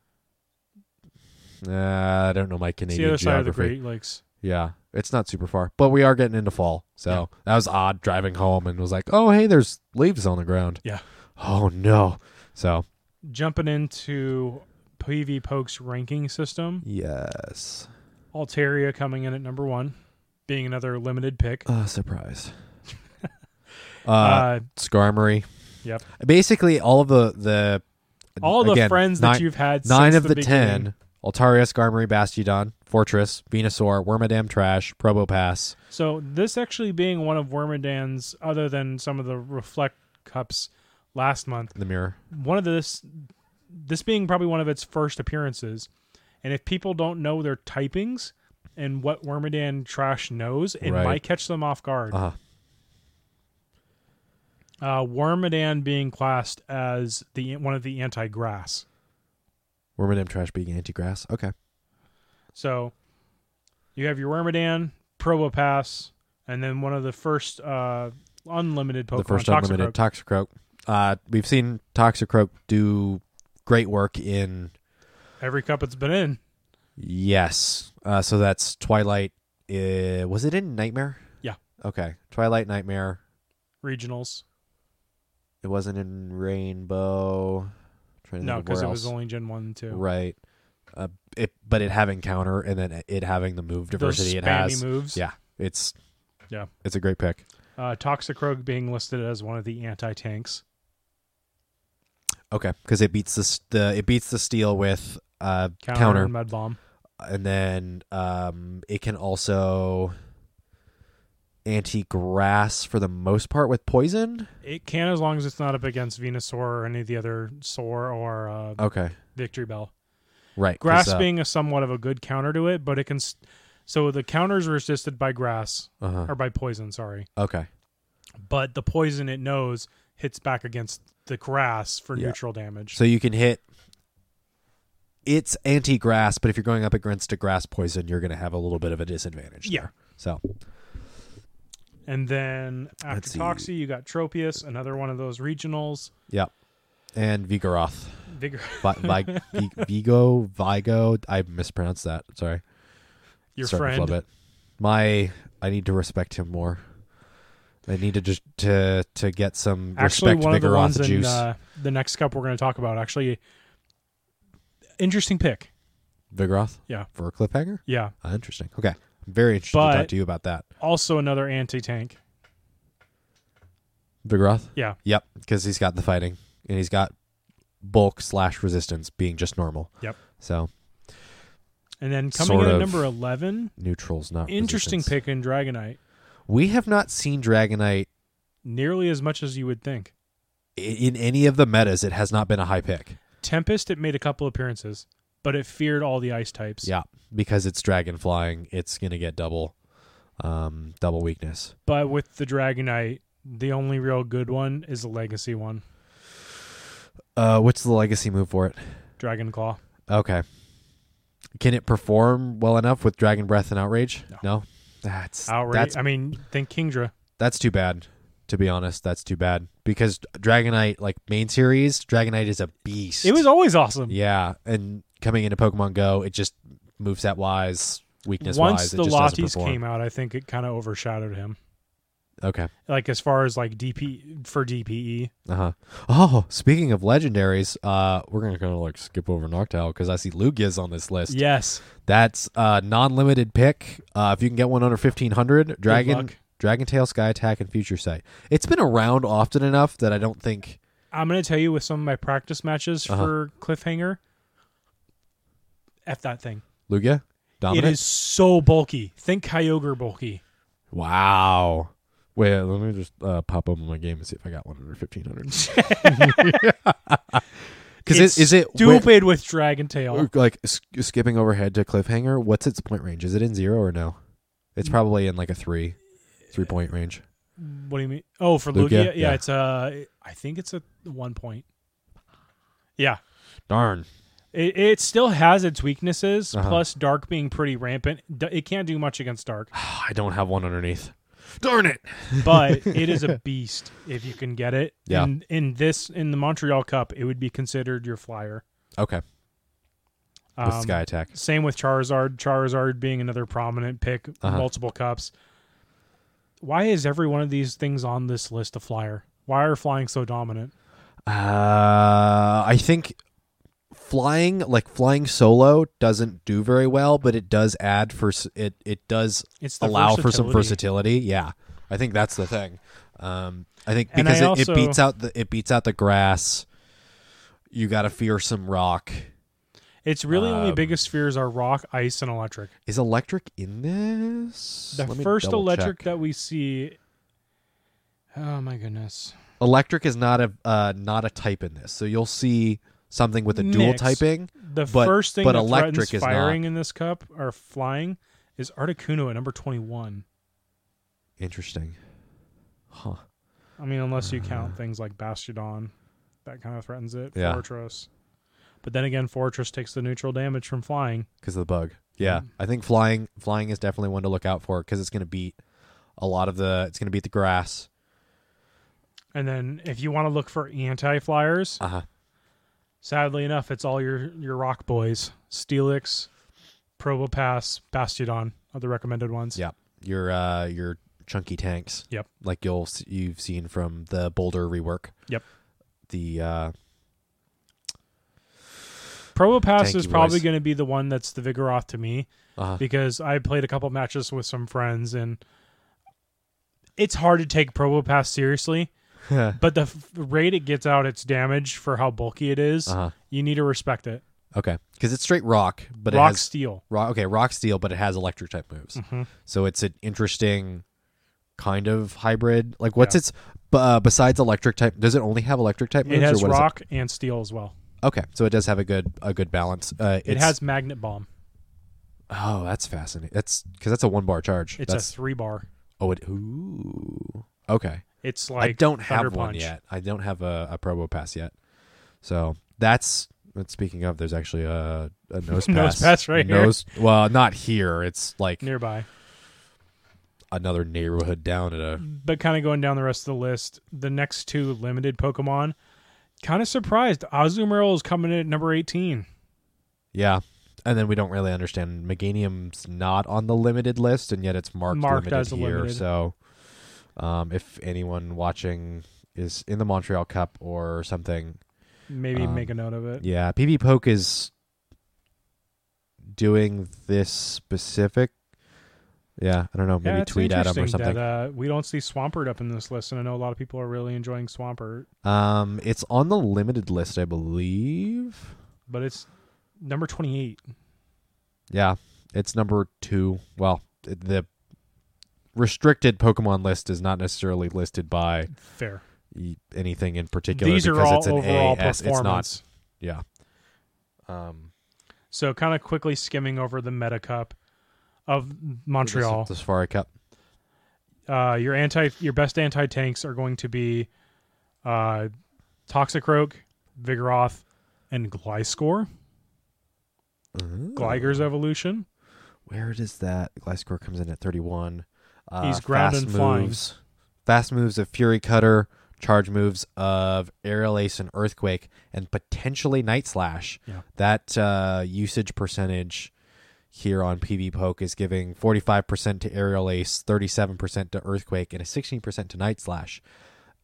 nah, I don't know my
It's
Canadian
the other side of the
geography.
Great Lakes.
Yeah, it's not super far, but we are getting into fall, so that was odd driving home and was like, oh hey, there's leaves on the ground.
Yeah.
Oh no. So
Jumping into PV Poke's ranking system,
yes,
Altaria coming in at number one, being another limited pick.
uh,
[LAUGHS]
surprise. uh,
Uh,
Skarmory.
Yep.
Basically, all of the the
all the
again,
friends
nine,
that you've had
nine
since
of the,
beginning.
ten. Altaria, Skarmory, Bastiodon, Fortress, Venusaur, Wormadam, Trash, Probopass.
So this actually being one of Wormadan's, other than some of the Reflect Cups last month,
The mirror.
one of this, this being probably one of its first appearances, and if people don't know their typings and what Wormadan Trash knows, it
Right.
might catch them off guard.
Uh-huh.
Uh, Wormadan being classed as the one of the anti-grass.
Wormadam, Trash being anti-grass. Okay.
So you have your Wormadan, Probopass, and then one of the first uh, unlimited Pokemon,
the first
Toxicroak.
unlimited Toxicroak. Uh, we've seen Toxicroak do great work in
Every cup it's been in.
yes. Uh, so that's Twilight. Uh, was it in Nightmare?
Yeah.
Okay. Twilight Nightmare.
regionals.
It wasn't in Rainbow. Trying to
No,
think of where
because it
else.
was only Gen One and Two.
right. Uh, it, but it having counter and then it having the move
Those
diversity it
spammy
has.
moves.
Yeah, it's
Yeah.
it's a great pick.
Uh, Toxicroak being listed as one of the anti tanks.
Okay, because it beats the, s- the it beats the steel with uh,
Counter,
counter
and Mud Bomb.
and then um, it can also anti grass for the most part with poison.
It can as long as it's not up against Venusaur or any of the other Sore or uh,
Okay,
Victory Bell.
right. 'cause,
Grass
uh,
being a somewhat of a good counter to it, but it can. s so the counters are resisted by grass
uh-huh.
or by poison, sorry.
okay,
But the poison it knows hits back against the grass for
Yeah.
neutral damage.
so you can hit. It's anti grass, but if you're going up against a grass poison, you're going to have a little bit of a disadvantage.
Yeah.
there. So
and then
Let's
after
see.
Toxie, you got Tropius, another one of those regionals.
yeah, and Vigoroth,
Vigor- [LAUGHS]
Vi- Vi- [LAUGHS] Vi- Vigo, Vigo. I mispronounced that. Sorry.
your
starting to
friend.
flub it. My, I need to respect him more. I need to just to to get some
actually
respect
one of the
Vigoroth
ones in
juice.
uh, the next cup we're going to talk about actually interesting pick
Vigoroth,
yeah.
for a cliffhanger.
yeah
Ah, interesting. Okay, I'm very interested to
But-
talk to you about that.
also another anti-tank
Vigoroth.
yeah
Yep, because he's got the fighting and he's got bulk slash resistance being just normal.
Yep.
So
and then coming
Sort
in at
of.
number 11
neutral's not
interesting
resistance.
pick in dragonite
We have not seen Dragonite
nearly as much as you would think
i- in any of the metas. It has not been a high pick.
tempest it made a couple appearances but it feared all the ice types
Yeah, because it's dragon flying, it's gonna get double, um, double weakness.
but with the dragonite the only real good one is the legacy one
Uh, what's the legacy move for it?
dragon claw
Okay. Can it perform well enough with Dragon Breath and Outrage?
No.
That's
outrage
that's
i mean think kingdra
that's too bad. To be honest, that's too bad because Dragonite, like main series, Dragonite is a beast.
it was always awesome
yeah, and coming into Pokemon Go, it just moveset wise, weakness
once
wise,
the
it just doesn't
lotties
perform.
came out i think it kind of overshadowed him
Okay.
like as far as like DP for E. DPE.
Uh huh. Oh, speaking of legendaries, uh, we're gonna kind of like skip over Noctowl because I see Lugia's on this list.
Yes,
That's a non-limited pick. Uh, if you can get one under fifteen hundred, Dragon
luck.
Dragon Tail, Sky Attack, and Future Sight. It's been around often enough that I don't think
I'm gonna tell you with some of my practice matches
Uh-huh.
for Cliffhanger. F that thing.
Lugia
It
dominant.
is so bulky. Think Kyogre bulky.
Wow, Wait, let me just uh, pop open my game and see if I got one under fifteen hundred. [LAUGHS]
[LAUGHS]
Because
It's
is it wi-
Stupid with Dragon Tail.
like s- skipping overhead to cliffhanger? What's its point range? Is it in zero or no? It's
Mm.
probably in like a three, three point range.
What do you mean? Oh, for
Lugia?
Lugia, yeah,
Yeah.
it's uh, I think it's a one point. Yeah,
Darn.
it, it still has its weaknesses.
Uh-huh.
Plus, Dark being pretty rampant, D- it can't do much against Dark,
[SIGHS] I don't have one underneath. Darn it. [LAUGHS]
but it is a beast if you can get it.
Yeah.
In, in this, in the Montreal Cup, it would be considered your flyer.
Okay. With
Um,
sky attack.
Same with Charizard. Charizard being another prominent pick,
Uh-huh.
multiple cups. Why is every one of these things on this list a flyer? Why are flying so dominant?
Uh, I think flying like flying solo doesn't do very well, but it does add for s- it. It does
It's the
allow for some versatility. Yeah, I think that's the thing. Um, I think
And
because
I
it, it
also-
beats out the it beats out the grass. You got to fear some rock.
It's really only
Um,
biggest fears are rock, ice, and electric.
Is electric in this?
The
Let me
first
double
electric
check.
that we see. Oh my goodness!
electric is not a uh, not a type in this. So you'll see something with a dual
Mix.
typing.
The
But-
first thing
but
that
electric
threatens
is not.
firing in this cup or flying is Articuno at number twenty-one.
Interesting. Huh.
I mean, unless you count things like Bastiodon, that kind of threatens it.
Mm. Yeah.
Fortress, but then again, Fortress takes the neutral damage from flying.
because of the bug. Yeah,
Mm.
I think flying flying is definitely one to look out for because it's going to beat a lot of the. It's going to beat the grass.
And then, if you want to look for anti-flyers,
Uh huh.
sadly enough, it's all your your rock boys: Steelix, Probopass, Bastiodon are the recommended ones.
Yeah, your uh your chunky tanks.
Yep.
Like you'll s- you've seen from the Boulder rework.
Yep.
The uh
Probopass
Tanky
is probably
boys.
going to be the one that's the Vigoroth to me
[LAUGHS] uh
because I played a couple matches with some friends and it's hard to take Probopass seriously.
uh
But the f- rate it gets out its damage for how bulky it is,
huh.
you need to respect it.
Okay, because it's straight rock, but
Rock
it has
steel.
rock. Okay, rock steel, but it has electric type moves.
Mhm.
So it's an interesting kind of hybrid. Like, what's
Yeah.
its b- uh, besides electric type? Does it only have electric type moves?
It has
or what is
rock and steel as well.
Okay, so it does have a good a good balance. Uh,
It
it's-
has magnet bomb.
Oh, that's fascinating. That's because that's a one bar charge.
It's
that's
a three bar.
oh, it ooh. Okay,
It's like
I don't
Thunder
have one
Punch.
yet. I don't have a, a Probo Pass yet. So that's. but Speaking of, there's actually a,
[LAUGHS]
a nose pass.
Nose pass right here.
nose, Well, not here. It's like
nearby.
another neighborhood down at a.
But kind of going down the rest of the list, the next two limited Pokemon. Kind of surprised. Azumarill is coming in at number eighteen.
Yeah, and then we don't really understand. Meganium's not on the limited list, and yet it's marked,
Marked
limited
as a
here.
limited.
So, um, if anyone watching is in the Montreal Cup or something,
Maybe
Um,
make a note of it.
Yeah, PB Poke is doing this specific. Yeah, I don't know. Maybe
Yeah, it's
tweet at him or
interesting
something.
That, uh, we don't see Swampert up in this list, and I know a lot of people are really enjoying Swampert,
um, it's on the limited list, I believe.
but it's number twenty-eight.
Yeah, it's number two. Well, th- the restricted Pokemon list is not necessarily listed by
Fair.
e- anything in particular
These
because
are all
it's an
overall
AS. It's not.
performance.
Yeah. Um,
So kind of quickly skimming over the Meta Cup of Montreal.
The Safari Cup.
Uh, your anti, your best anti tanks are going to be uh, Toxicroak, Vigoroth, and Gliscor. Gliger's
Mm.
evolution.
where does that Gliscor comes in at 31? Uh,
He's ground
fast
and flying.
moves, Fast moves of Fury Cutter, charge moves of Aerial Ace and Earthquake, and potentially Night Slash.
Yeah.
That uh, usage percentage here on PB Poke is giving 45% to Aerial Ace, 37% to Earthquake, and a 16% to Night Slash.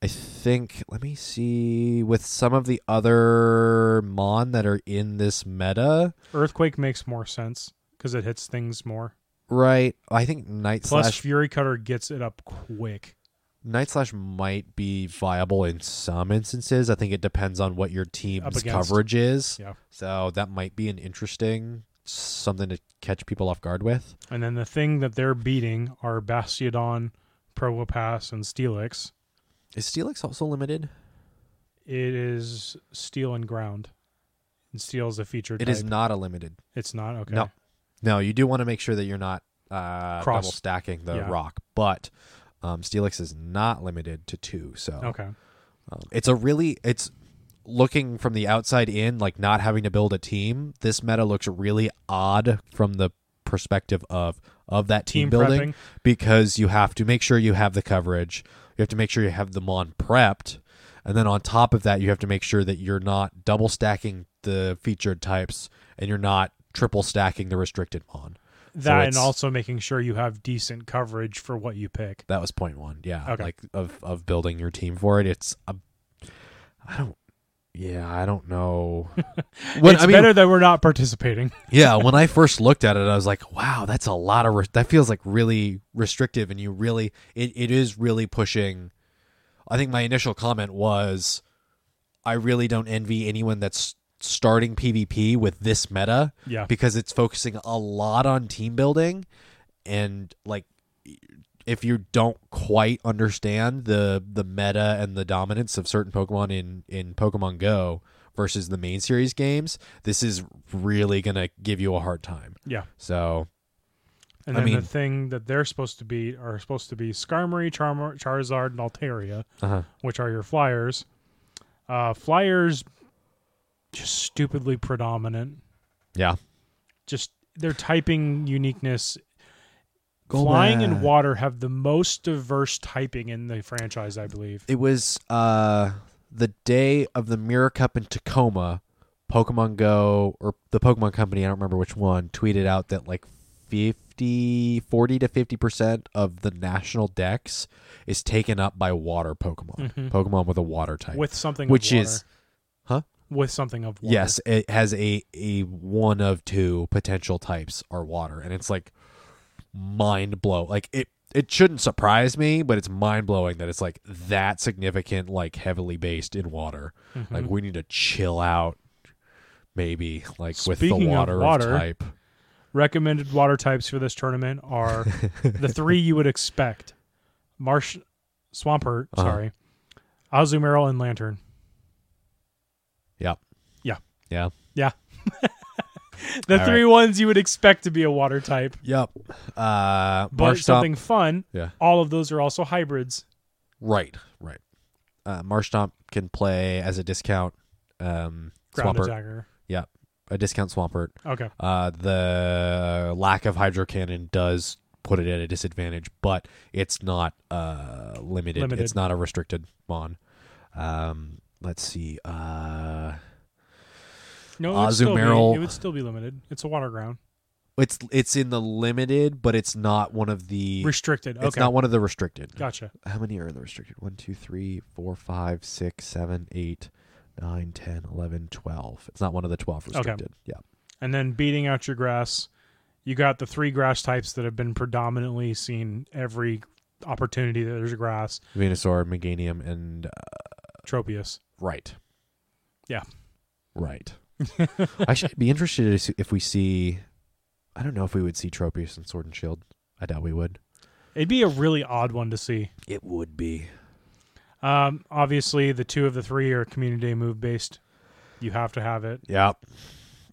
I think, let me see, with some of the other Mon that are in this meta,
Earthquake makes more sense because it hits things more.
right? I think Night
Plus,
Slash
Fury Cutter gets it up quick.
Night Slash might be viable in some instances. I think it depends on what your team's
against.
coverage is.
Yeah.
So that might be an interesting something to catch people off guard with.
And then the thing that they're beating are Bastiodon, Probopass, and Steelix.
Is Steelix also limited?
It is steel and ground. And steel is a featured.
It is
type.
not a limited.
It's not okay.
No. No, you do want to make sure that you're not uh,
Cross-
double stacking the
yeah.
rock, but um, Steelix is not limited to two. So
Okay.
um, it's a really it's looking from the outside in, like not having to build a team. This meta looks really odd from the perspective of of that team,
Team
building
prepping.
because you have to make sure you have the coverage. You have to make sure you have them on prepped. And then on top of that, you have to make sure that you're not double stacking the featured types and you're not triple stacking the restricted mon.
That
it's-
and also making sure you have decent coverage for what you pick.
That was point one. Yeah.
Okay.
Like of of building your team for it. It's a, I don't yeah, I don't
[LAUGHS]
know. When,
it's
I mean,
better that we're not participating. [LAUGHS]
yeah, when I first looked at it, I was like, wow, that's a lot of, re- that feels like really restrictive. And you really, it, it is really pushing. I think my initial comment was, I really don't envy anyone that's starting PvP with this meta
Yeah.
because it's focusing a lot on team building. And like, if you don't quite understand the the meta and the dominance of certain Pokemon in in Pokemon Go versus the main series games, this is really gonna give you a hard time.
Yeah.
So
And
I
then
mean-
the thing that they're supposed to be are supposed to be Skarmory, Charm- Charizard, and Altaria,
uh
which are your flyers. Uh, flyers, just stupidly predominant.
yeah,
Just their typing uniqueness. Flying and water have the most diverse typing in the franchise, I believe.
It was uh the day of the Mirror Cup in Tacoma. Pokemon Go or the Pokemon Company, I don't remember which one, tweeted out that like 50, 40 to 50% of the national decks is taken up by water Pokemon.
Mhm.
Pokemon with a water type.
With something,
which
of water.
is Huh?
with something of water.
Yes, it has a a one of two potential types are water, and it's like mind blow. Like it it shouldn't surprise me, but it's mind blowing that it's like that significant, like heavily based in water.
Mhm.
Like we need to chill out, maybe like with
Speaking
the
of
water, of
water-
type.
recommended water types for this tournament are
[LAUGHS]
the three you would expect: Marsh, Swampert,
Uh-huh.
sorry, Azumarill, and Lantern.
Yeah.
Yeah. [LAUGHS]
Yeah.
The
All
three ones you would expect to be a water type,
Yep. Uh,
but
Marshtomp-
something fun.
Yeah.
All of those are also hybrids.
Right, right. Uh, Marshtomp can play as a discount. Um,
Ground
Swampert,
attacker.
a discount Swampert.
Okay.
Uh, the lack of hydro cannon does put it at a disadvantage, but it's not uh, limited.
Limited.
It's not a restricted mon. Um, let's see. Uh,
No, it would, still be,
Azumarill.
it would still be limited. It's a water ground.
it's it's in the limited, but it's not one of the.
Restricted.
it's
Okay.
not one of the restricted.
gotcha.
How many are in the restricted? One, two, three, four, five, six, seven, eight, nine, ten, eleven, twelve. It's not one of the twelve
Okay.
restricted. Yeah.
And then beating out your grass. You got the three grass types that have been predominantly seen every opportunity that there's grass.
Venusaur, Meganium, and uh,
Tropius.
right.
Yeah. [LAUGHS]
Right. I should be interested to see if we see. I don't know if we would see Tropius in Sword and Shield. I doubt we would.
It'd be a really odd one to see.
It would be.
Um, obviously, the two of the three are community move based. You have to have it.
Yeah.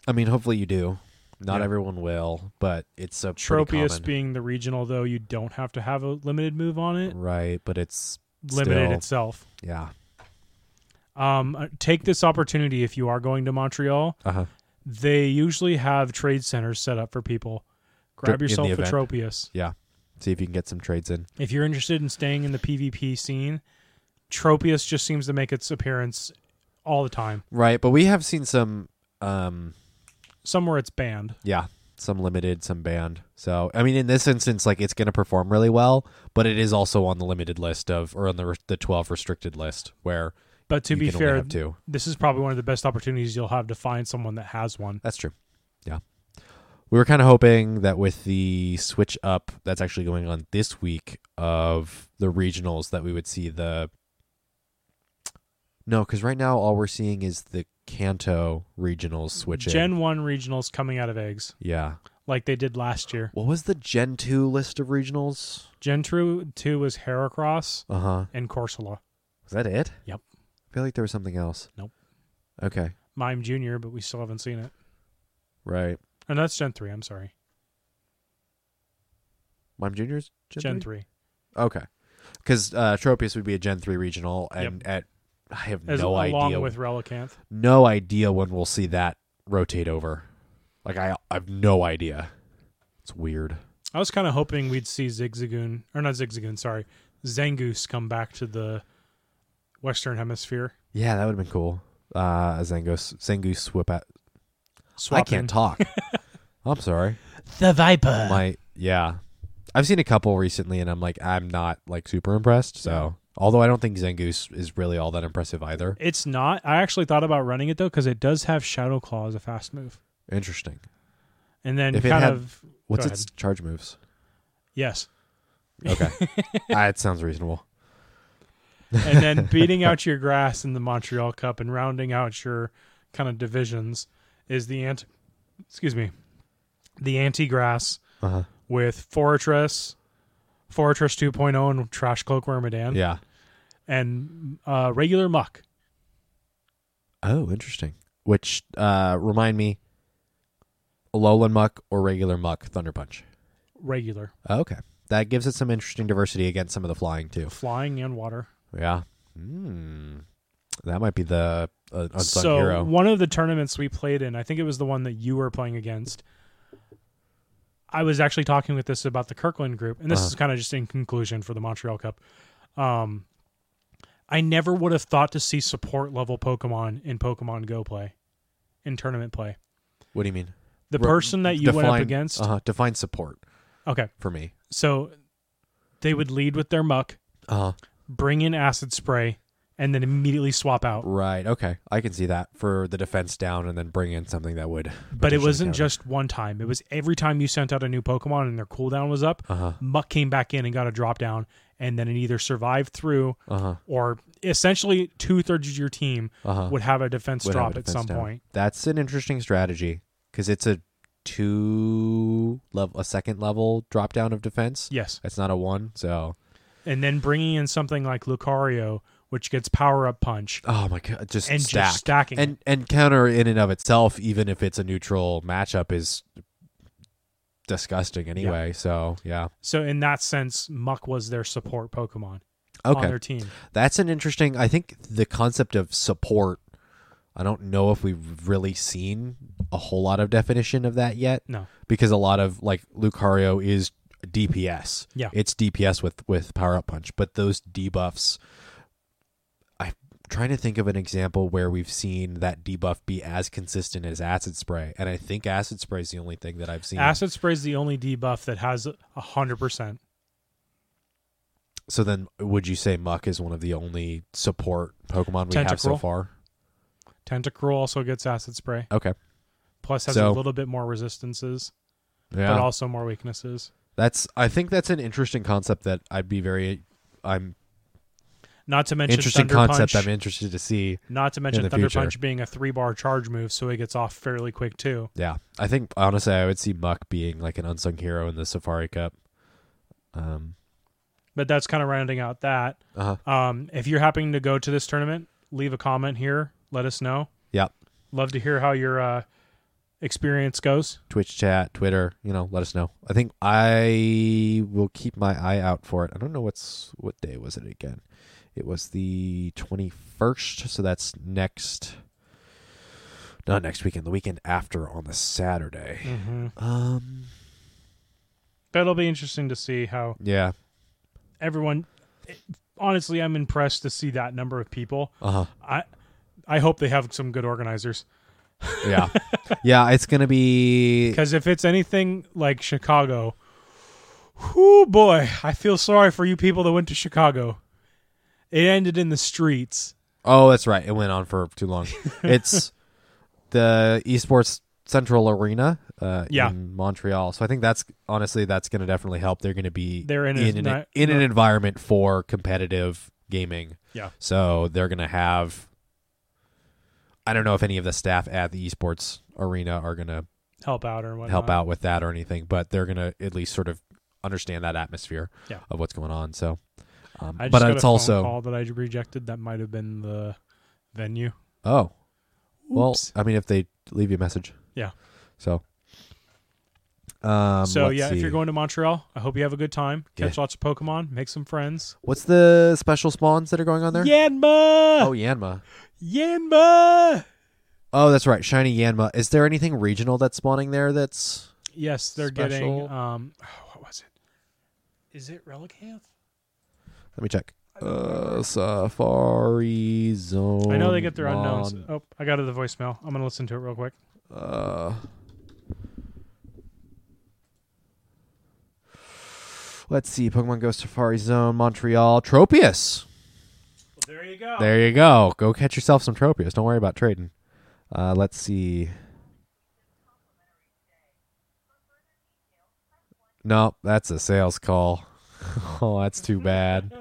I mean, hopefully you do. Not
Yeah.
everyone will, but it's a pretty
Tropius
common-
being the regional, though, you don't have to have a limited move on it.
right, but it's
Limited
Still.
itself.
yeah.
Um, uh, take this opportunity if you are going to Montreal.
Uh huh.
They usually have trade centers set up for people.
In
Grab
the
yourself a
event.
Tropius.
See if you can get some trades in.
If you're interested in staying in the PvP scene, Tropius just seems to make its appearance all the time.
Right, but we have seen some. Um,
Somewhere it's banned.
yeah some limited some banned so i mean in this instance like it's going to perform really well but it is also on the limited list of or on the re- the 12 restricted list where
But to
you
be
can
fair,
only have two
this is probably one of the best opportunities you'll have to find someone that has one.
that's true yeah we were kind of hoping that with the switch up that's actually going on this week of the regionals that we would see the no because right now all we're seeing is the canto regionals switching
Gen 1 regionals coming out of eggs.
yeah
like they did last year.
What was the Gen 2 list of regionals?
Gen 2 2 was Heracross
Uh huh.
and Corsola.
Was that it?
Yep.
I feel like there was something else.
Nope.
Okay.
Mime Junior, but we still haven't seen it.
Right.
And that's Gen 3, I'm sorry.
Mime Junior's Gen,
Gen
3?
3.
Okay. Because uh, Tropius would be a Gen 3 regional, and at I have
As
no
along
idea.
with Relicanth.
no idea when we'll see that rotate over. Like I, I have no idea. It's weird.
I was kind of hoping we'd see Zigzagoon or not Zigzagoon, sorry, Zangoose come back to the Western Hemisphere.
Yeah, that would have been cool. Uh, Zangoose, Zangoose swip out.
Swap
I can't
[LAUGHS]
talk. I'm sorry.
The Viper.
My yeah, I've seen a couple recently, and I'm like, I'm not like super impressed. So, although I don't think Zangoose is really all that impressive either.
it's not. I actually thought about running it though because it does have Shadow Claw as a fast move,
Interesting.
and then
If it
kind
had-
of
What's
Go
its charge [LAUGHS] moves?
yes,
Okay, Ah, it sounds reasonable. [LAUGHS]
and then beating out your grass in the Montreal Cup and rounding out your kind of divisions is the ant. Excuse me, the anti grass
Uh huh.
with Fortress, Fortress 2.0, and Trash Cloak Wormadan.
Yeah.
and uh, regular muck.
Oh, interesting. Which uh, remind me, lowland muck or regular muck thunder punch.
Regular.
Oh, okay, that gives it some interesting diversity against some of the flying too.
Flying and water.
Yeah, Hmm. that might be the uh, unsung
so
hero.
one of the tournaments we played in, I think it was the one that you were playing against. I was actually talking with this about the Kirkland group, and this
Uh-huh.
is kind of just in conclusion for the Montreal Cup. Um, I never would have thought to see support level Pokemon in Pokemon Go play, in tournament play.
What do you mean?
The
Re-
person that you went up
define-
against,
Uh-huh. Define support
okay,
for me.
so they would lead with their muck,
Uh huh.
bring in acid spray, and then immediately swap out.
Right. Okay, I can see that for the defense down, and then bring in something that would.
But it wasn't just one time. It was every time you sent out a new Pokemon and their cooldown was up,
Uh huh.
Muck came back in and got a drop down, and then it either survived through
Uh huh.
or essentially two thirds of your team
Uh huh.
would have a defense
would have
drop
a
at
defense
some
down.
point.
That's an interesting strategy because it's a two level, a second level drop down of defense.
Yes.
It's not a one. So,
And then bringing in something like Lucario, which gets power up punch
oh my god, just
and
stack
just stacking. it.
and and counter in and of itself, even if it's a neutral matchup, is disgusting anyway. So yeah,
so, in that sense, Muck was their support Pokemon on
okay,
their team.
that's an interesting. I think the concept of support. I don't know if we've really seen a whole lot of definition of that yet.
No.
because a lot of like Lucario is DPS.
Yeah.
It's DPS with with power up punch, but those debuffs I'm trying to think of an example where we've seen that debuff be as consistent as acid spray, and I think acid spray is the only thing that I've seen.
Acid Spray is the only debuff that has a 100%.
so then would you say Muck is one of the only support Pokemon we have so
Tentacruel.
far?
Tentacruel also gets Acid Spray,
Okay.
plus has
So-
a little bit more resistances.
Yeah.
but also more weaknesses.
that's I think that's an interesting concept that I'd be very I'm
Not to mention
interesting
Thunder
concept
Punch.
I'm interested to see.
not to mention
the
Thunder
future.
Punch being a three bar charge move, so it gets off fairly quick too.
Yeah, I think honestly, I would see Muck being like an unsung hero in the Safari Cup. Um,
But that's kind of rounding out that.
uh-huh.
Um, if you're happening to go to this tournament, leave a comment here. Let us know.
Yep.
Love to hear how your uh, experience goes.
Twitch chat, Twitter, you know, let us know. I think I will keep my eye out for it. I don't know what's what day was it again. It was the twenty first, so that's next. Not next weekend, the weekend after on the Saturday.
Mm-hmm.
Um,
But it'll be interesting to see how
yeah,
everyone. Honestly, I'm impressed to see that number of people.
uh huh.
I I hope they have some good organizers.
Yeah, [LAUGHS] yeah. It's gonna be
Because if it's anything like Chicago, whoo boy, I feel sorry for you people that went to Chicago. It ended in the streets.
Oh, that's right. It went on for too
[LAUGHS]
long. it's the Esports Central Arena uh,
Yeah.
in Montreal. So I think that's honestly that's going to definitely help. They're going to be
They're in a-
in, an,
not-
in an
not-
environment for competitive gaming.
Yeah.
So they're going to have I don't know if any of the staff at the Esports Arena are going to
help out or whatnot.
help out with that or anything, but they're gonna at least sort of understand that atmosphere
Yeah.
of what's going on. So, um,
I just
but
got a
it's
phone
also
call that I rejected. That might have been the venue.
oh well,
Oops.
I mean if they leave you a message,
Yeah.
So, um,
so
let's
yeah, if
see.
you're going to Montreal, I hope you have a good time. Catch
Yeah.
lots of Pokemon, make some friends.
what's the special spawns that are going on there? Oh,
Yanma,
Yanma.
Yanma.
Oh, that's right, shiny Yanma. Is there anything regional that's spawning there? That's
Yes, they're
Special.
getting. Um, oh, what was it? Is it Relicanth?
let me check. Uh, Safari Zone.
I know they get their unknowns.
Mon-
Oh, I got it the voicemail. I'm gonna listen to it real quick.
Uh, let's see. Pokemon Go Safari Zone, Montreal, Tropius.
there you go.
There you go. Go catch yourself some Tropius. Don't worry about trading. Uh, let's see. No, that's a sales call. [LAUGHS] oh, that's too bad.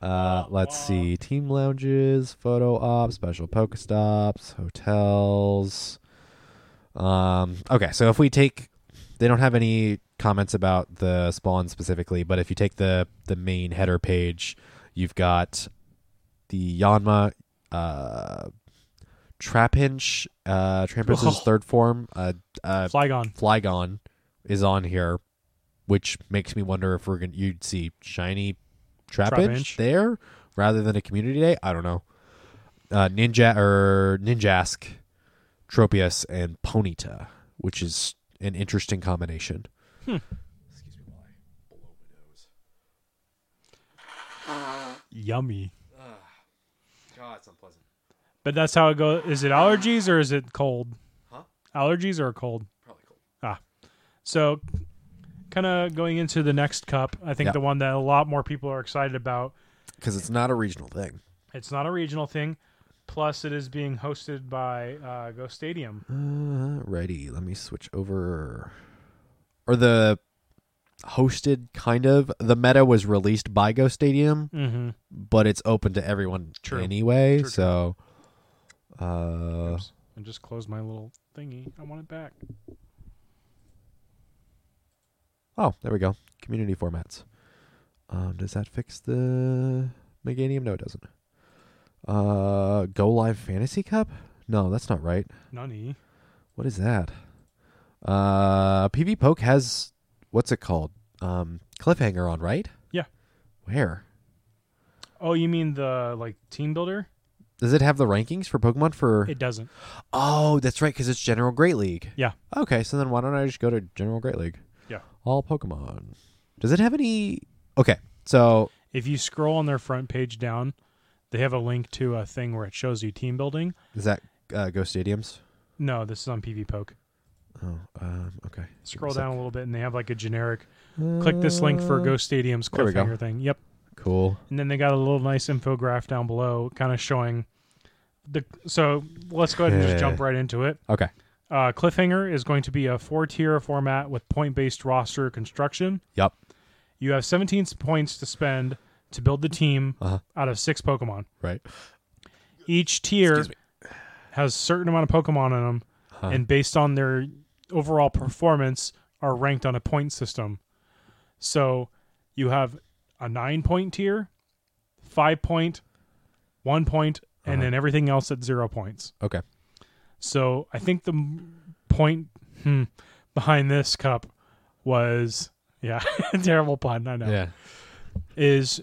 Uh, let's see. Team lounges, photo ops, special Pokestops, hotels. Um, okay, so if we take, they don't have any comments about the spawn specifically, but if you take the the main header page, you've got the Yanma, uh, Trapinch, uh, Trampus's
Oh.
third form, uh, uh,
Flygon.
Flygon is on here, which makes me wonder if we're gonna you'd see shiny Trapinch
Trapinch.
there rather than a community day. I don't know. Uh, Ninja or Ninjask, Tropius, and Ponyta, which is an interesting combination.
Yummy.
God, it's unpleasant.
But that's how it goes. Is it allergies or is it cold?
Huh?
Allergies or cold?
Probably cool.
So, kind of going into the next cup, I think
Yeah.
the one that a lot more people are excited about.
Because it's not a regional thing.
It's not a regional thing. Plus, it is being hosted by uh, Ghost Stadium.
Alrighty, let me switch over. Or the hosted kind of the meta was released by Go Stadium,
Mm-hmm.
but it's open to everyone
True.
anyway.
True, true.
so, uh,
I just closed my little thingy. I want it back.
oh, there we go. Community formats. Um, does that fix the Meganium? No, it doesn't. Uh, Go Live Fantasy Cup? No, that's not right.
Nani.
What is that? Uh, PV Poke has what's it called? Um, cliffhanger on, right?
Yeah.
Where
Oh, you mean the like team builder?
does it have the rankings for Pokemon? For
It doesn't.
oh, that's right, because it's General Great League.
Yeah.
Okay, so then why don't I just go to General Great League?
Yeah.
All Pokemon. Does it have any? Okay, so
If you scroll on their front page down, they have a link to a thing where it shows you team building.
is that uh, Go Stadiums?
No, this is on PV Poke.
Oh, um, okay.
Scroll
Give me a
down a little bit, and they have like a generic.
sec.
Click this link for
Uh,
Ghost Stadium's
there we go.
cliffhanger thing. Yep.
Cool.
And then they got a little nice infograph down below, kind of showing the. So let's go ahead and just
Okay.
jump right into it.
Okay.
Uh, cliffhanger is going to be a four-tier format with point-based roster construction.
Yep.
You have 17 s- points to spend to build the team
Uh-huh.
out of six Pokemon.
Right.
Each tier
Excuse me.
has certain amount of Pokemon in them,
Uh-huh.
and based on their overall performance, are ranked on a point system. So you have a nine point tier, five point, one point, and
Uh-huh.
then everything else at zero points.
Okay.
So I think the m- point hmm, behind this cup was yeah, [LAUGHS] terrible pun. I know
Yeah.
is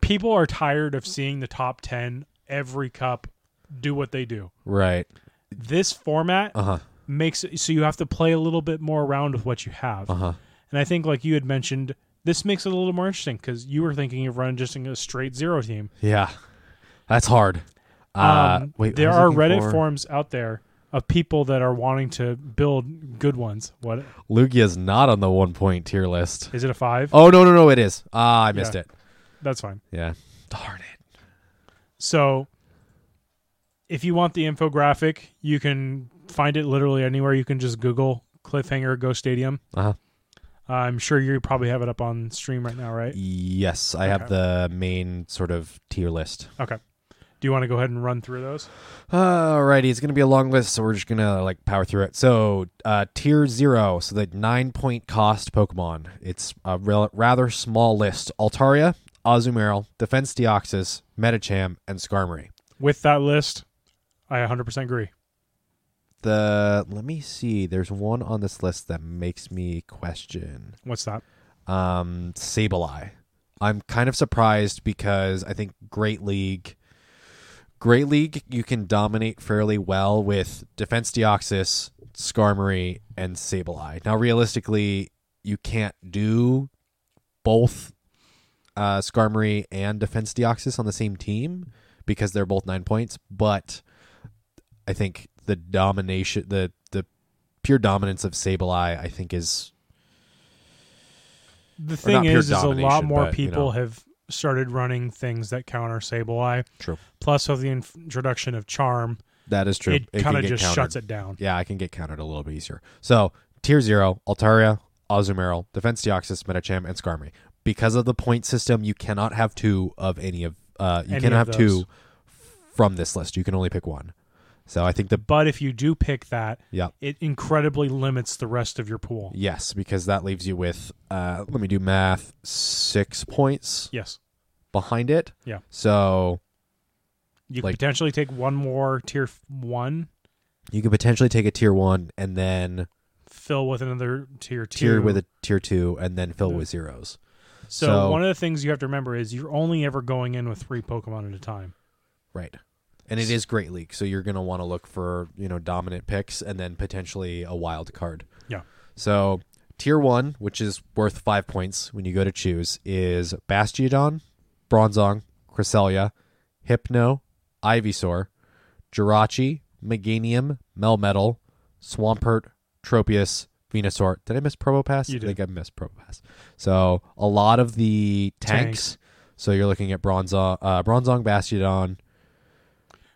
people are tired of seeing the top 10 every cup do what they do.
Right.
This format
Uh huh.
makes it so you have to play a little bit more around with what you have.
Uh huh.
And I think, like you had mentioned, this makes it a little more interesting because you were thinking of running just a straight zero team.
Yeah, that's hard. Uh,
Um,
wait, I
there
was
are
looking
Reddit
for-
forums out there of people that are wanting to build good ones. What
Lugia's not on the one point tier list.
is it? A five?
Oh no no no, it is. Ah, I missed
Yeah.
it.
That's fine.
Yeah, darn it.
So if you want the infographic, you can find it literally anywhere. You can just Google cliffhanger go stadium.
Uh huh.
I'm sure you probably have it up on stream right now, right?
Yes, I have
Okay.
the main sort of tier list.
Okay. Do you want to go ahead and run through those?
Alrighty, it's gonna be a long list, so we're just gonna like power through it. So, uh, tier zero, so the nine point cost Pokemon. It's a rel- rather small list: Altaria, Azumarill, Defense Deoxys, Metacham, and Skarmory.
With that list, I 100% agree.
The let me see, there's one on this list that makes me question.
What's that?
Um, Sableye. I'm kind of surprised because I think Great League. Great League, you can dominate fairly well with Defense Deoxys, Skarmory, and Sableye. Now, realistically, you can't do both uh, Skarmory and Defense Deoxys on the same team because they're both nine points. But I think the domination, the the pure dominance of Sableye, I think is
The
not
thing
pure
is, is a lot
domination,
more
but, you
people
know.
have started running things that counter Sableye.
true.
Plus, with the inf- introduction of Charm,
That is true.
it kind of
can get
just
countered.
shuts it down.
Yeah, I can get countered a little bit easier. So tier zero, Altaria, Azumarill, Defense Deoxys, Metacham, and Skarmory. Because of the point system, you cannot have two of any of uh you
Any
cannot
of
have
those.
two from this list. You can only pick one. So I think the
But if you do pick that,
yeah.
it incredibly limits the rest of your pool.
Yes, because that leaves you with uh let me do math, six points
Yes.
behind it.
Yeah.
So
You could
Like-
potentially take one more tier f- one,
you could potentially take a tier one and then
fill with another tier two. Mm-hmm.
tier with a tier two and then fill
Yeah.
with zeros.
so,
so-
one of the things you have to remember is you're only ever going in with three Pokemon at a time.
Right. And it is Great League, so you're going to want to look for, you know, dominant picks and then potentially a wild card.
Yeah.
So, tier 1, which is worth 5 points when you go to choose, is Bastiodon, Bronzong, Cresselia, Hypno, Ivysaur, Jirachi, Meganium, Melmetal, Swampert, Tropius, Venusaur. Did I miss Probopass?
You did.
I think I missed Probopass. So, a lot of the tanks. So you're looking at Bronzong, uh, Bronzong, Bastiodon,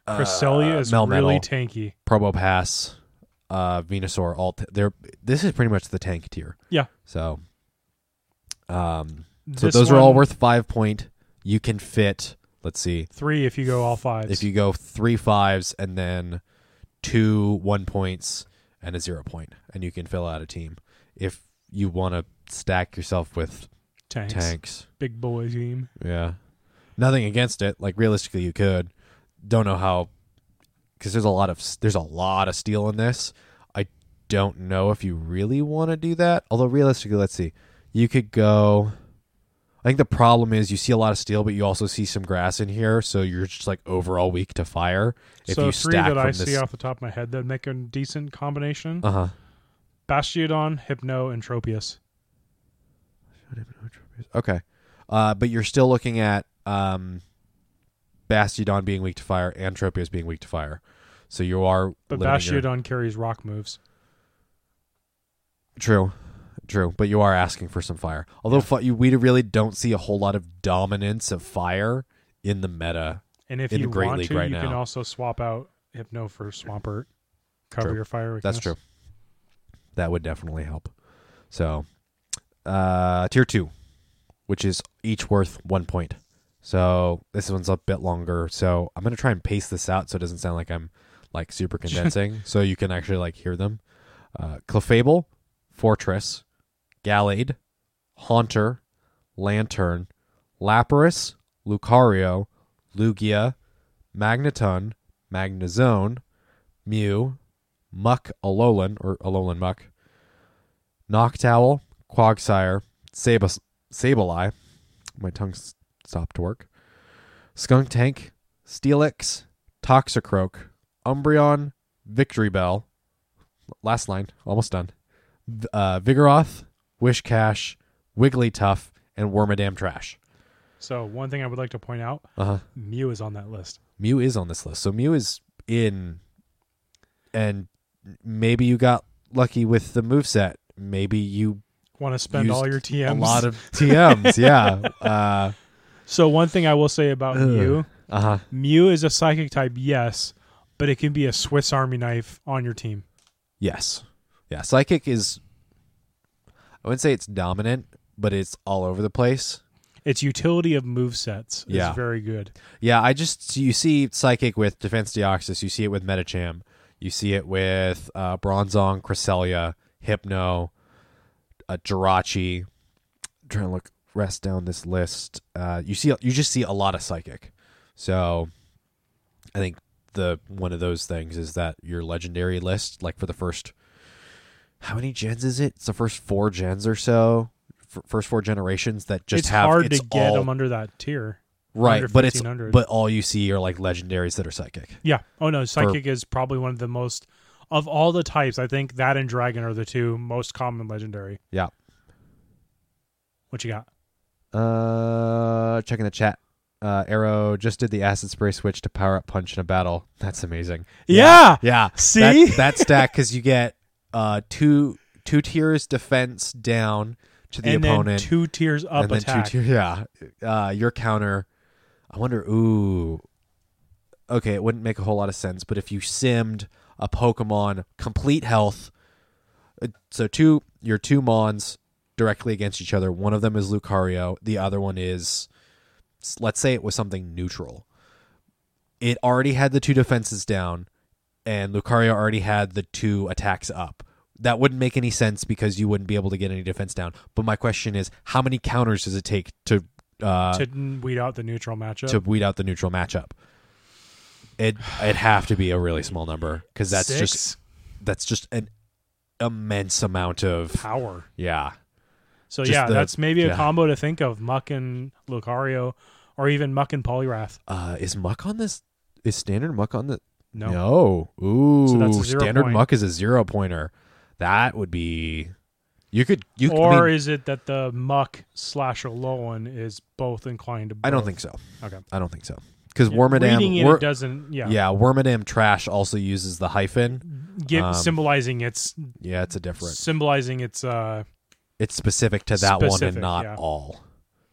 uh,
Cresselia is
Melmetal,
really tanky.
Probopass, uh, Venusaur. All t- they're this is pretty much the tank tier.
Yeah.
So, um, so
This
those are all
one,
worth five point. You can fit. Let's see
three if you go all fives.
if you go three fives and then two one points and a zero point, and you can fill out a team if you want to stack yourself with
tanks,
tanks.
big boy team.
Yeah. Nothing against it. Like realistically, you could. Don't know how, because there's a lot of there's a lot of steel in this. I don't know if you really want to do that. Although realistically, let's see. You could go. I think the problem is you see a lot of steel, but you also see some grass in here, so you're just like overall weak to fire. If
so
you
three
stack
that
from
I
this,
see off the top of my head that make a decent combination:
uh huh.
Bastiodon, Hypno, and Tropius.
Okay. Uh, but you're still looking at um, Bastiodon being weak to fire and Tropius being weak to fire. So you are.
But
limiting your-
Bastiodon carries rock moves.
True, true. But you are asking for some fire. Although fi- you, we really don't see a whole lot of dominance of fire in the meta.
And if
in the
you
Great
want
League
to,
right
you can
now.
also swap out Hypno for Swampert. Cover
True.
your fire weakness.
That's true. That would definitely help. So, uh, tier two, which is each worth one point. So this one's a bit longer. So I'm gonna try and pace this out so it doesn't sound like I'm like super condensing, so you can actually like hear them. Uh, Clefable, Fortress, Gallade, Haunter, Lantern, Lapras, Lucario, Lugia, Magneton, Magnezone, Mew, Muck Alolan or Alolan Muck, Noctowl, Quagsire, Sabas, Sableye, my tongue s- stopped to work, Skunk Tank, Steelix, Toxicroak, Umbreon, Victory Bell, last line, almost done, V- uh, Vigoroth, Wishcash, Wigglytuff, and Wormadam Trash.
So one thing I would like to point out:
Uh-huh.
Mew is on that list.
Mew is on this list. So Mew is in and maybe you got lucky with the moveset. Maybe you
Want to spend
Used
all your TMs?
a lot of TMs, yeah. Uh
so one thing I will say about
Ugh.
Mew:
huh.
Mew is a psychic type, yes, but it can be a Swiss Army knife on your team.
Yes. Yeah. Psychic is I wouldn't say it's dominant, but it's all over the place.
Its utility of move sets is
Yeah.
very good.
Yeah, I just so you see Psychic with Defense Deoxys, you see it with Metacham, you see it with uh, Bronzong, Cresselia, Hypno, uh, Jirachi. trying to look rest down this list. Uh, you see, you just see a lot of Psychic. So, I think the one of those things is that your legendary list, like for the first, how many gens is it? It's the first four gens or so, f- first four generations that just
it's
have
hard
it's
to get
all
them under that tier.
right
under
but it's
1500.
but all you see are like legendaries that are psychic
Yeah. Oh no, psychic is probably one of the most of all the types. I think that and dragon are the two most common legendary.
yeah
What you got?
uh checking the chat uh arrow just did the acid spray switch to power up punch in a battle [LAUGHS] that's amazing
Yeah.
yeah
See?
that, that stack because you get uh two two tiers defense down to the
and
opponent
then two tiers up
and then
attack.
two tier [LAUGHS] yeah uh your counter i wonder ooh okay it wouldn't make a whole lot of sense but if you simmed a pokemon complete health uh, so two your two mons directly against each other one of them is lucario the other one is s- let's say it was something neutral it already had the two defenses down and lucario already had the two attacks up that wouldn't make any sense because you wouldn't be able to get any defense down but my question is how many counters does it take to uh,
to n- weed out the neutral matchup.
to weed out the neutral matchup. It it'd have to be a really small number because that's
Six
just that's just an immense amount of
power.
yeah
So
Just
yeah,
the-
that's maybe a
yeah.
combo to think of: Muck and Lucario, or even Muck and Poliwrath.
uh is muck on this is standard muck on the
No,
no. ooh
So that's a zero
standard
point.
muck is a zero pointer that would be you could you could I,
or
mean,
is it that the Muck slash Alolan is both inclined to? Both?
I don't think so
Okay.
I don't think so because
Yeah, reading
Wormadam
it,
Wor-
it doesn't. Yeah,
yeah Wormadam trash also uses the hyphen
Give,
um,
symbolizing its
yeah it's a different
symbolizing its. Uh,
it's specific to that one and
Specific,
not
yeah.
all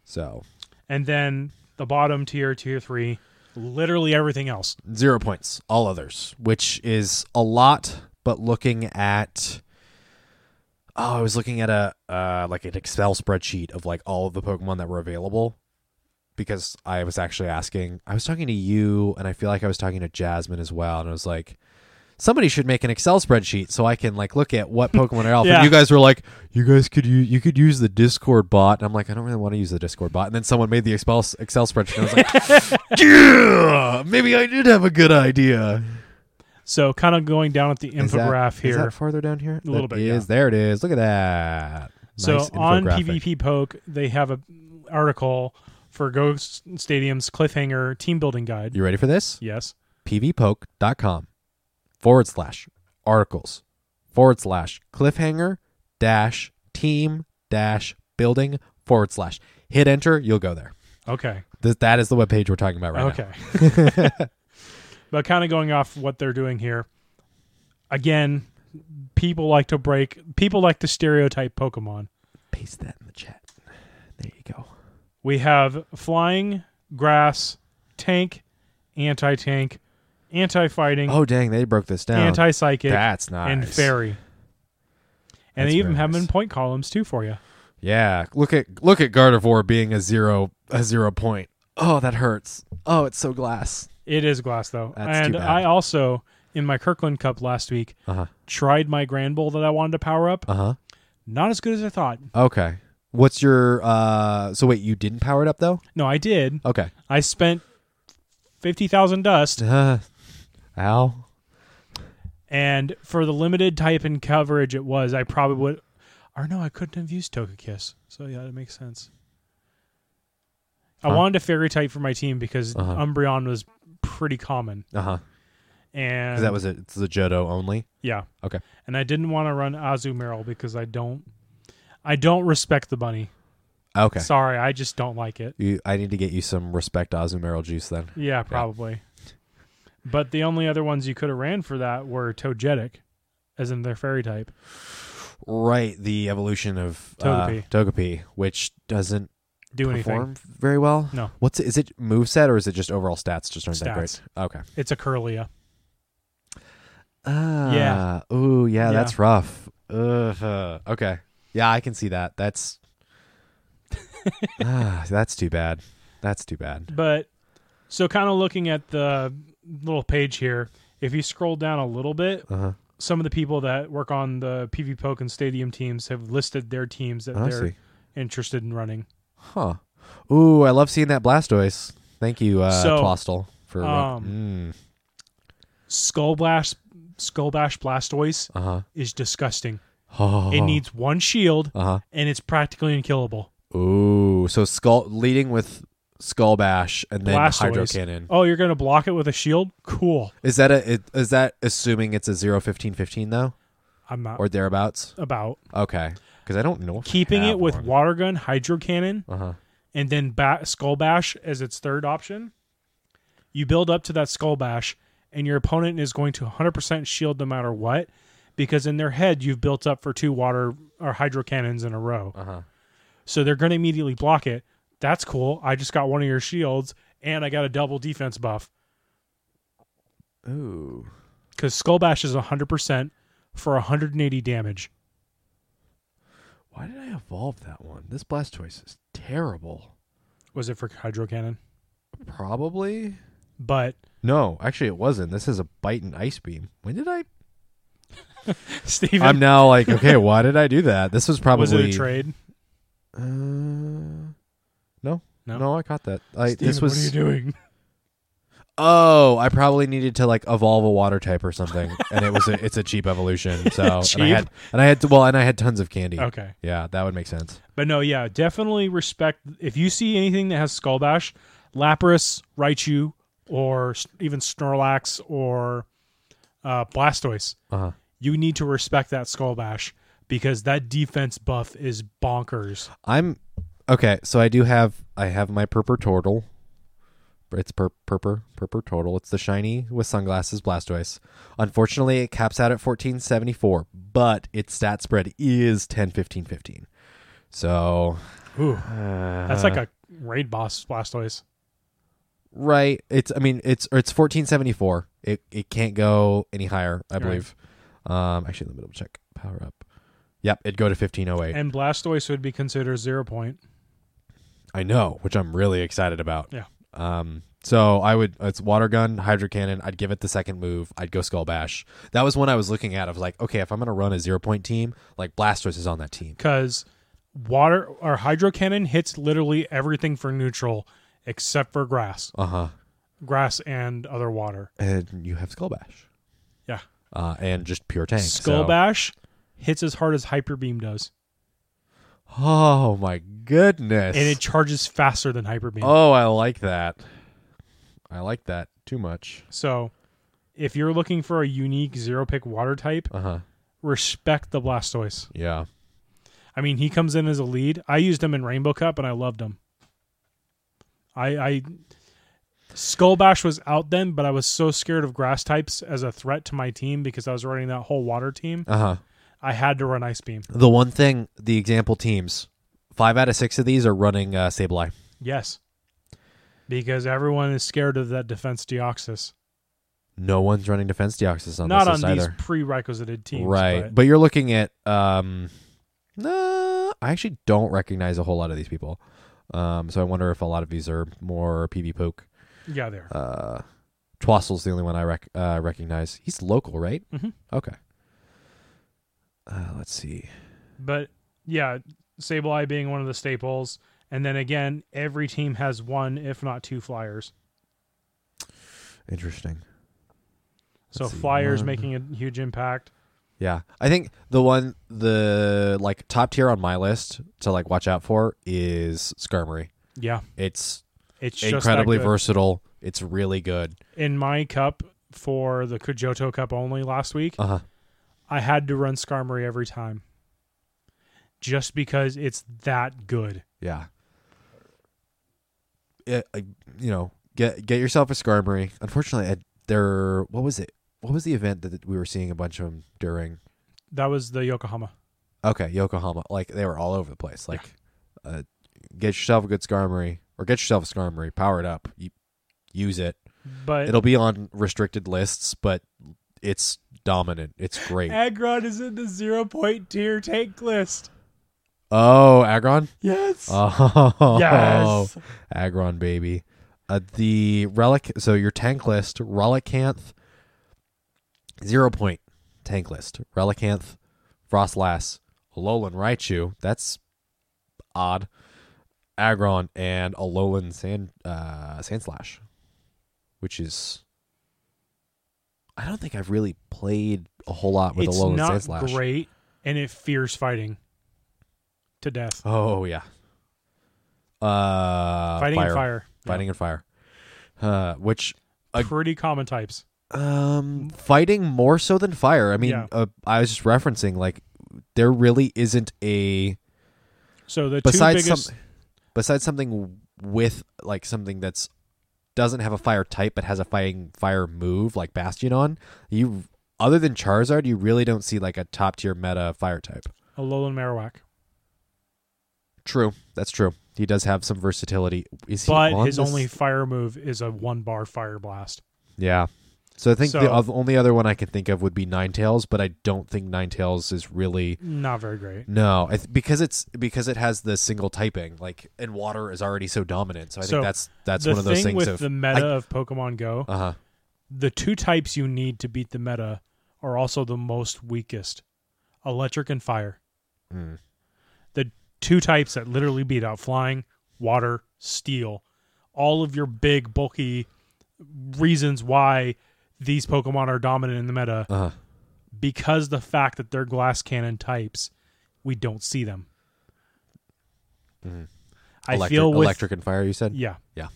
so
and then the bottom tier, tier three, literally everything else.
zero points all others which is a lot but looking at oh i was looking at a uh, like an excel spreadsheet of like all of the pokemon that were available because i was actually asking i was talking to you and i feel like i was talking to jasmine as well and i was like somebody should make an excel spreadsheet so i can like look at what pokemon are out
Yeah.
and you guys were like you guys could use you could use the discord bot and i'm like i don't really want to use the discord bot and then someone made the excel excel spreadsheet and i was like yeah, maybe I did have a good idea.
So kind of going down at the
Is that-
infograph here.
Is that farther down here?
A little
That
bit, yeah.
is. There it is. Look at that.
So
Nice
on
infographic.
PvP Poke, they have a article for Ghost Stadium's cliffhanger team building guide.
You ready for this?
Yes.
pvpoke.com forward slash articles forward slash cliffhanger dash team dash building forward slash. Hit enter. You'll go there.
Okay.
Th- that is the webpage we're talking about right
okay. [LAUGHS] but kind of going off what they're doing here. Again, people like to break. People like to stereotype Pokemon.
now. Paste that in the chat. There you go.
We have flying, grass, tank, anti-tank, anti-fighting,
Oh, dang. They broke this down.
anti-psychic,
That's nice.
and fairy.
That's
And they even
very
have them
nice.
in point columns too for you.
Yeah, look at look at Gardevoir being a zero a zero point. Oh, that hurts. Oh, it's so glass.
It is glass though.
That's too
and
bad.
I also in my Kirkland Cup last week
Uh huh.
tried my Grand Bull that I wanted to power up.
Uh huh.
Not as good as I thought.
Okay. What's your uh? So wait, you didn't power it up though?
No, I did.
Okay. [LAUGHS]
I spent fifty thousand dust,
Uh, ow.
and for the limited type and coverage it was, I probably would. Or no, I couldn't have used Togekiss. So yeah, that makes sense. I
Huh.
wanted a fairy type for my team because
Uh-huh.
Umbreon was pretty common,
Uh huh.
and
That was it. It's the Jodo only.
yeah
Okay.
And I didn't want to run Azumarill because I don't, I don't respect the bunny.
Okay.
Sorry, I just don't like it.
You, I need to get you some respect Azumarill juice then.
Yeah, probably. But the only other ones you could have ran for that were Togetic, as in their fairy type.
Right, the evolution of
Togepi.
uh, Togepi, which doesn't
Do anything.
perform very well.
No.
What's it, is it moveset or is it just overall stats just aren't that
Stats.
great? Okay.
It's a Curlia.
Ah,
Yeah.
Ooh, yeah,
Yeah. [LAUGHS]
that's rough. Ugh. Okay. Yeah, I can see that. That's ah, that's too bad. That's too bad.
But so kind of looking at the little page here, if you scroll down a little bit,
Uh huh.
some of the people that work on the PV Poke and Stadium teams have listed their teams that
I
they're
see.
interested in running.
Huh. Ooh, I love seeing that Blastoise. Thank you, uh,
So,
Twistle, for.
um,
mm,
Skullbash Skullbash Blastoise
uh huh.
is disgusting.
Oh.
It needs one shield
Uh
and it's practically unkillable.
huh. Ooh, so skull leading with skull bash and then
Blastoise.
hydro cannon.
Oh, you're gonna block it with a shield? Cool.
Is that a it, is that assuming it's a zero fifteen fifteen though
I'm not
or thereabouts?
about
Okay, because I don't know. If I
keeping
have
it with
one.
water gun, hydro cannon,
Uh huh.
and then ba- skull bash as its third option. You build up to that skull bash, and your opponent is going to 100% shield no matter what, because in their head you've built up for two water or hydro cannons in a row.
Uh huh.
So they're going to immediately block it. That's cool. I just got one of your shields, and I got a double defense buff
Ooh.
because skull bash is 100% for 180 damage.
Why did I evolve that one? This Blastoise is terrible.
Was it for hydro cannon?
Probably.
But [LAUGHS]
No, actually, it wasn't. This is a bite and ice beam. When did I?
Steven,
I'm now like, okay, [LAUGHS] why did I do that? This was probably.
was it a trade?
Uh, no, no,
No.
I caught that. I, this was.
Steven, what are you
[LAUGHS]
doing?
Oh, I probably needed to like evolve a water type or something, and it was a, it's a cheap
[LAUGHS]
evolution. So and I
Cheap?
had and I had to, well, and I had tons of candy.
Okay.
Yeah, that would make sense.
But no, yeah, definitely respect. If you see anything that has Skull Bash, Lapras, Raichu, or s- even Snorlax or uh, Blastoise,
Uh huh.
you need to respect that Skull Bash because that defense buff is bonkers.
I'm okay. So I do have I have my purper turtle. It's per purper purper turtle. It's the shiny with sunglasses Blastoise. Unfortunately, it caps out at fourteen seventy four, but its stat spread is 10, 15, 15. So
Ooh,
uh,
that's like a raid boss Blastoise.
right. It's I mean it's or it's fourteen seventy four. It it can't go any higher. I
Right.
believe. Um, actually, let me double check. Power up. Yep, it'd go to fifteen oh eight.
And Blastoise would be considered zero point.
I know, which I'm really excited about.
Yeah.
Um. So I would. It's water gun, hydro cannon. I'd give it the second move. I'd go skull bash. That was one I was looking at. I was like, okay, if I'm gonna run a zero point team, like Blastoise is on that team.
because water or hydro cannon hits literally everything for neutral except for grass,
Uh huh.
grass and other water.
And you have skull bash.
Yeah.
Uh, and just pure tank. so-
Skull Bash hits as hard as Hyper Beam does,
Oh my goodness.
and it charges faster than Hyper Beam.
oh, I like that. I like that too much.
So, if you're looking for a unique zero pick water type,
Uh huh.
respect the Blastoise.
Yeah.
I mean, he comes in as a lead. I used him in Rainbow Cup, and I loved him. I, I Skull Bash was out then, but I was so scared of grass types as a threat to my team because I was running that whole water team.
Uh huh.
I had to run Ice Beam.
The one thing, the example teams, five out of six of these are running uh, Sableye.
Yes. Because everyone is scared of that defense Deoxys.
no one's running defense deoxys on
not
this
on
list
these
either.
prerequisited teams,
right. But.
But
you're looking at um nah, I actually don't recognize a whole lot of these people. Um so I wonder if a lot of these are more PB poke.
yeah, there.
Uh Twassle's the only one I rec- uh, recognize. He's local, right?
Mhm.
Okay. Uh, let's see.
But yeah, Sableye being one of the staples, and then again, every team has one, if not two, flyers.
Interesting.
So
Let's see, Uh,
flyers
one.
making a huge impact.
Yeah. I think the one the like top tier on my list to like watch out for is Skirmory.
Yeah,
It's
it's
incredibly
incredibly versatile.
versatile. It's really good.
In my cup for the Kujoto Cup only last week,
Uh huh.
I had to run Skarmory every time, just because it's that good.
Yeah. It, I- you know, get get yourself a Skarmory. Unfortunately, I, there. What was it? What was the event that we were seeing a bunch of them during?
That was the Yokohama.
Okay, Yokohama. Like they were all over the place. Like, uh, get yourself a good Skarmory, or get yourself a Skarmory. Power it up. You, use it.
But
It'll be on restricted lists, but it's dominant. It's great.
Aggron is in the zero point tier tank list.
Oh, Agron.
Yes.
[LAUGHS] Oh,
yes.
Agron baby. Uh, the relic. So your tank list: Relicanth, zero point tank list. Relicanth, Frostlass, Alolan Raichu. That's odd. Agron and Alolan Sand uh, Sandslash, which is. I don't think I've really played a whole lot with
it's
Alolan
not
Sandslash.
great, and it fears fighting to death.
Oh yeah. Uh,
fighting
fire.
and fire. Yeah.
fighting and fire uh which Ag-
Pretty common types.
um fighting more so than fire i mean
Yeah.
uh, i was just referencing like there really isn't a
So the
besides
two biggest.
some besides something with like something that's doesn't have a fire type but has a fighting fire move like bastion on you other than charizard you really don't see like a top tier meta fire type
Alolan Marowak.
true that's true he does have some versatility is he
But
on
his
this-
only fire move is a one bar fire blast.
Yeah. So I think the
So-
oth- only other one I can think of would be Ninetales, but I don't think Ninetales is really
Not very great.
no, I th- because it's because it has the single typing like and water is already so dominant. So I
So
think that's that's
the
one of those
thing
things
with
of
the meta of Pokemon Go,
uh huh
the two types you need to beat the meta are also the most weakest electric and fire.
Mm.
The two types that literally beat out flying, water, steel. All of your big, bulky reasons why these Pokemon are dominant in the meta
uh huh
because the fact that they're glass cannon types, we don't see them.
Mhm.
I
electric,
feel with
electric and fire. You said
yeah
Yeah.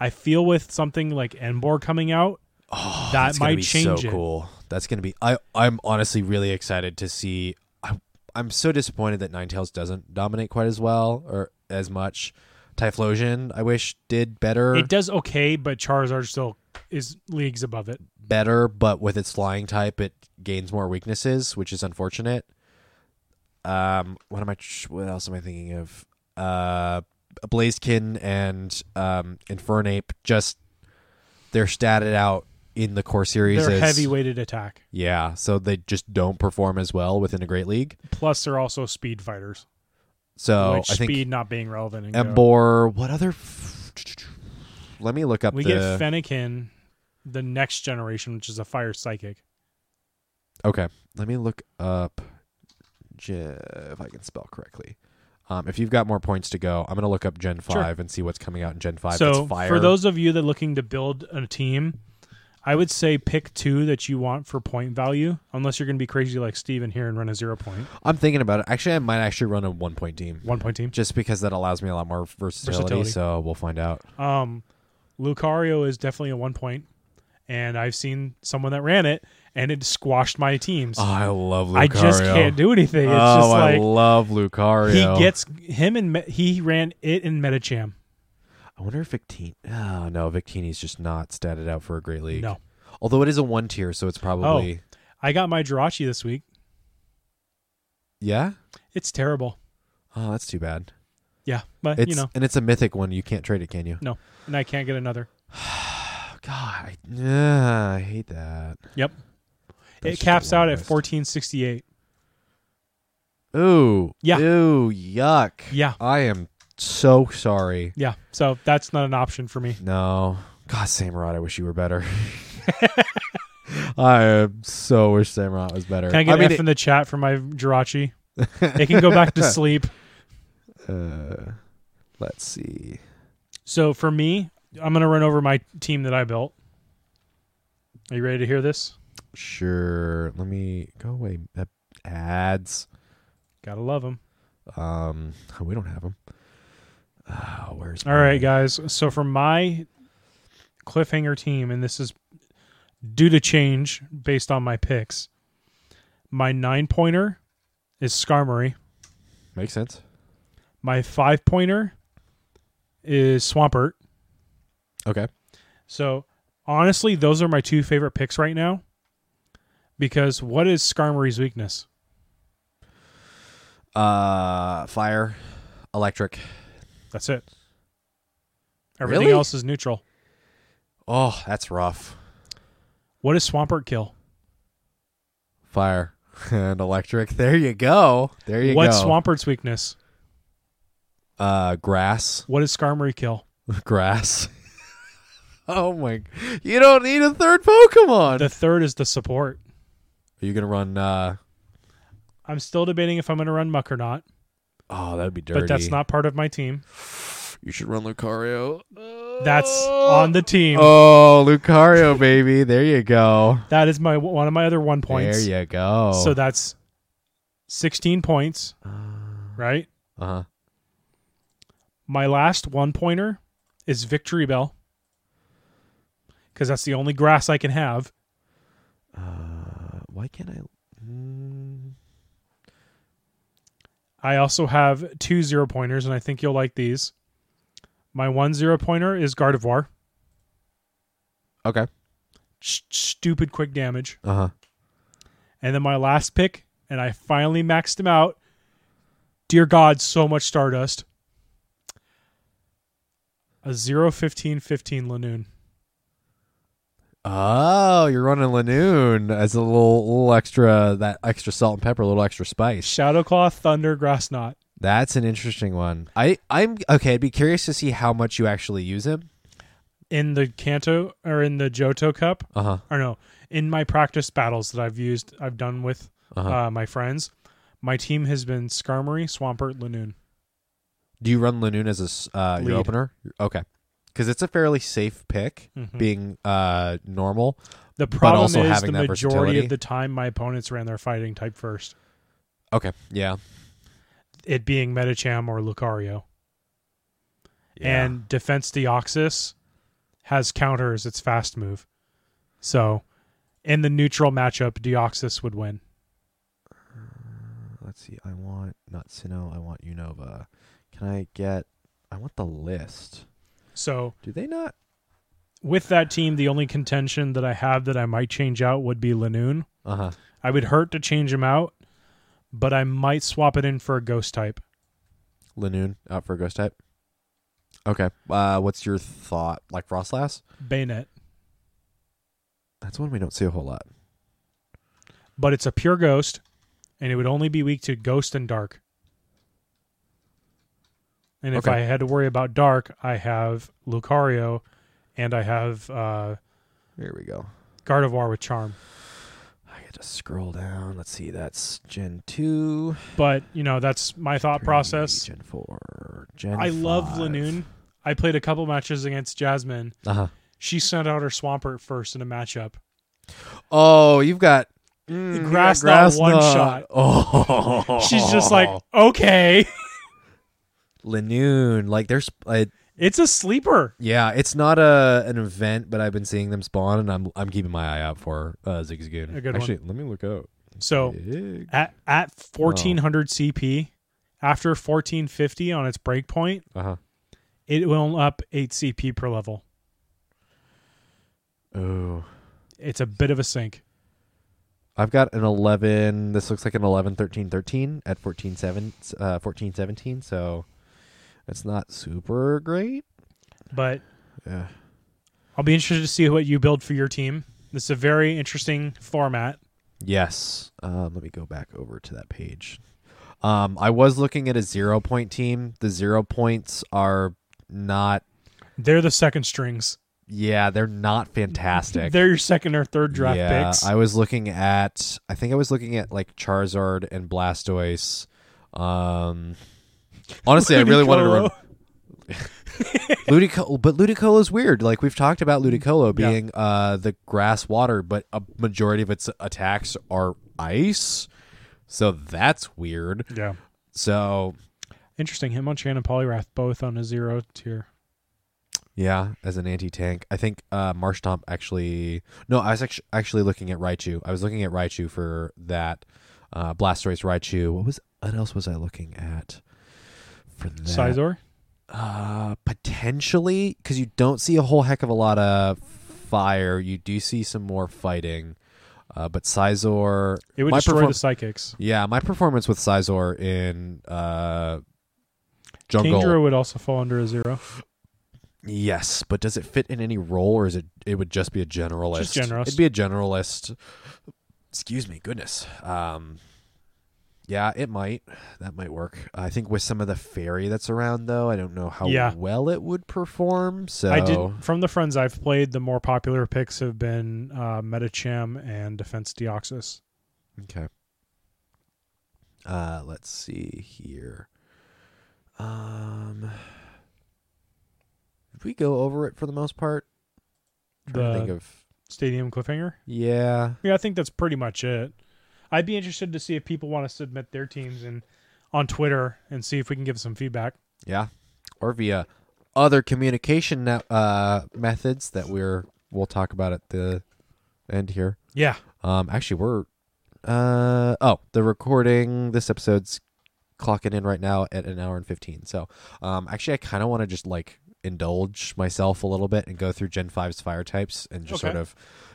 I feel with something like Enbor coming out,
oh,
that
that's gonna
might
be
change
so
it.
cool. That's gonna be I I'm honestly really excited to see. I, I'm so disappointed that Ninetales doesn't dominate quite as well or as much. Typhlosion I wish did better.
it does okay, but Charizard still is leagues above it.
better, but with its flying type, it gains more weaknesses, which is unfortunate. Um, what am I? tr- What else am I thinking of? Uh, Blaziken and um, Infernape just they're statted out in the core series.
They're
as-
heavy weighted attack.
yeah, so they just don't perform as well within a great league.
Plus, they're also speed fighters,
So
which
Oh, I think
speed not being relevant. In Go.
Embor. What other? F- Let me look up
we
the.
get Fennekin, the next generation, which is a fire psychic.
Okay, let me look up Gen, if I can spell correctly. Um, if you've got more points to go, I'm gonna look up Gen
Sure.
Five and see what's coming out in Gen Five.
so
that's fire.
for those of you that are looking to build a team, I would say pick two that you want for point value, unless you're going to be crazy like Steven here and run a zero point,
I'm thinking about it. Actually, I might actually run a one point team
one point team.
just because that allows me a lot more versatility.
Versatility.
So we'll find out.
Um, Lucario is definitely a one point, and I've seen someone that ran it and it squashed my teams.
Oh, I love Lucario.
I just can't do anything. It's
oh,
just
I
like
love Lucario.
he gets him and Me- he ran it in Metacham.
I wonder if Victini. Oh no, Victini's just not statted out for a great league.
No, Oh.
Although it is a one tier, so it's probably
I got my Jirachi this week.
yeah.
It's terrible.
Oh, that's too bad.
Yeah, but
It's
you know,
and it's a mythic one. You can't trade it, can you?
no, and I can't get another.
[SIGHS] God, I, yeah, I hate that.
Yep.
That's
it caps out at
just the
1468.
worst. Ooh.
Yeah.
Ooh, yuck.
Yeah.
I am so sorry.
Yeah. So that's not an option for me.
No. God, Samurott, I wish you were better. [LAUGHS] I am so wish Samurott was better.
Can I get
I
an
mean,
F in the chat for
[LAUGHS]
my Jirachi? it can go back to sleep.
uh, let's see.
So for me, I'm going to run over my team that I built. Are you ready to hear this?
Sure. Let me go away. Uh, Ads.
Gotta love them.
Um, we don't have them. Oh, where's
All right,
mine?
guys. So for my cliffhanger team, and this is due to change based on my picks, my nine pointer is Skarmory.
Makes sense.
My five pointer is Swampert.
Okay.
So honestly, those are my two favorite picks right now. Because what is Skarmory's weakness?
Uh, fire, electric.
That's it. Everything
Really?
else is neutral.
Oh, that's rough.
What does Swampert kill?
Fire [LAUGHS] and electric. There you go. There you
What's
go.
Swampert's weakness?
Uh, grass, [LAUGHS]
What does Skarmory kill?
grass. [LAUGHS] oh my! You don't need a third Pokemon.
The third is the support.
Are you gonna run? uh
I'm still debating if I'm going to run Muck or not,
Oh, that'd be dirty.
but that's not part of my team.
You should run Lucario.
That's on the team.
Oh, Lucario, baby! There you go.
That is my one of my other one points.
There you go.
So that's 16 points, right?
uh huh.
My last one pointer is Victory Bell because that's the only grass I can have.
Uh, why can't I? Mm,
I also have two zero pointers, and I think you'll like these. My one zero pointer is Gardevoir.
okay.
Sh- stupid quick damage.
Uh huh.
And then my last pick, and I finally maxed him out. Dear God, so much Stardust. A 0 15 15 Lanoon.
Oh, you're running Lanoon as a little little extra that extra salt and pepper, a little extra spice.
Shadowclaw, Thunder, Grass Knot.
That's an interesting one. I I'm okay. I'd be curious to see how much you actually use him.
In the Kanto or in the Johto Cup,
Uh huh.
or no, in my practice battles that I've used, I've done with
Uh-huh.
uh, my friends, my team has been Skarmory, Swampert, Lanoon.
Do you run Lanoon as a s- uh, your
Lead.
opener? Okay, because it's a fairly safe pick,
Mhm.
being uh normal.
The
But
problem
also
is the
having that
majority
versatility.
of the time my opponents ran their fighting type first,
Okay, yeah,
it being Metacham or Lucario.
yeah.
and defense deoxys has counters its fast move so in the neutral matchup deoxys would win
let's see. I want not Sinnoh. I want Unova. Can I get? I want the list.
so
Do they not?
with that team the only contention that i have that i might change out would be lanoon
Uh huh.
i would hurt to change him out but i might swap it in for a ghost type
Lanoon out for a ghost type. Okay. Uh, what's your thought? Like Frostlass?
bayonet
That's one we don't see a whole lot.
but it's a pure ghost and it would only be weak to ghost and dark and if
Okay.
i had to worry about dark i have lucario and i have uh
Here we go.
Gardevoir with charm.
I get to scroll down. Let's see. That's Gen two.
But you know, that's my thought
three,
process.
Gen four. Gen.
I love
five.
Lanoon. I played a couple matches against Jasmine.
Uh huh.
She sent out her Swampert first in a matchup.
Oh, you've got mm, you
Grass
got grass
Knot one
Knot.
shot.
[LAUGHS] Oh,
She's just like, okay, [LAUGHS]
Lanoon. Like there's uh,
it's a sleeper.
Yeah, it's not a an event, but I've been seeing them spawn, and I'm I'm keeping my eye out for uh, Zigzagoon.
A good one.
Actually, let me look out.
So
Zig.
at at
Oh.
fourteen hundred CP, after fourteen fifty on its breakpoint,
Uh-huh.
it will up eight CP per level.
Oh,
It's a bit of a sink.
I've got an 11. This looks like an 11, 13, 13 at 14, 7, uh, 14, 17. So it's not super great.
But
Yeah.
I'll be interested to see what you build for your team. This is a very interesting format.
Yes. Um, let me go back over to that page. Um, I was looking at a zero point team. The zero points are not.
They're the second strings.
Yeah, they're not fantastic.
[LAUGHS] They're your second or third draft
yeah,
picks.
I was looking at I think I was looking at like Charizard and Blastoise. Um Honestly,
[LAUGHS]
I really wanted to run Ludicolo, but Ludicolo is weird. Like we've talked about Ludicolo
Yeah.
being uh the grass water, but a majority of its attacks are ice. So that's weird.
Yeah.
So,
Interesting. Hitmonchan and Polyrath both on a zero tier.
yeah, as an anti-tank, I think uh Marshtomp actually No, I was actu- actually looking at Raichu. I was looking at Raichu for that uh Blastoise Raichu. What was what else was I looking at for that?
Sizor?
Uh, potentially, because you don't see a whole heck of a lot of fire. You do see some more fighting, uh, but Sizor.
It would
my
destroy
perform-
the psychics.
Yeah, my performance with Sizor in uh, Jungle.
Kingdra would also fall under a zero.
Yes, but does it fit in any role, or is it? It would just be a generalist.
generalist.
It'd be a generalist. Excuse me, goodness. Um, Yeah, it might. That might work. I think with some of the fairy that's around, though, I don't know how
Yeah.
well it would perform. So
I did from the friends I've played. The more popular picks have been uh, Metacham and Defense Deoxys.
Okay. Uh, let's see here. Um, did we go over it for the most part? trying to think
The
of
Stadium Cliffhanger.
yeah.
Yeah, I think that's pretty much it. I'd be interested to see if people want to submit their teams and on Twitter and see if we can give some feedback.
Yeah, or via other communication net, uh, methods that we're we'll talk about at the end here.
Yeah,
Um, actually, we're uh oh the recording this episode's clocking in right now at an hour and fifteen. So, um, actually, I kind of want to just like indulge myself a little bit and go through Gen 5's fire types and just
Okay.
sort of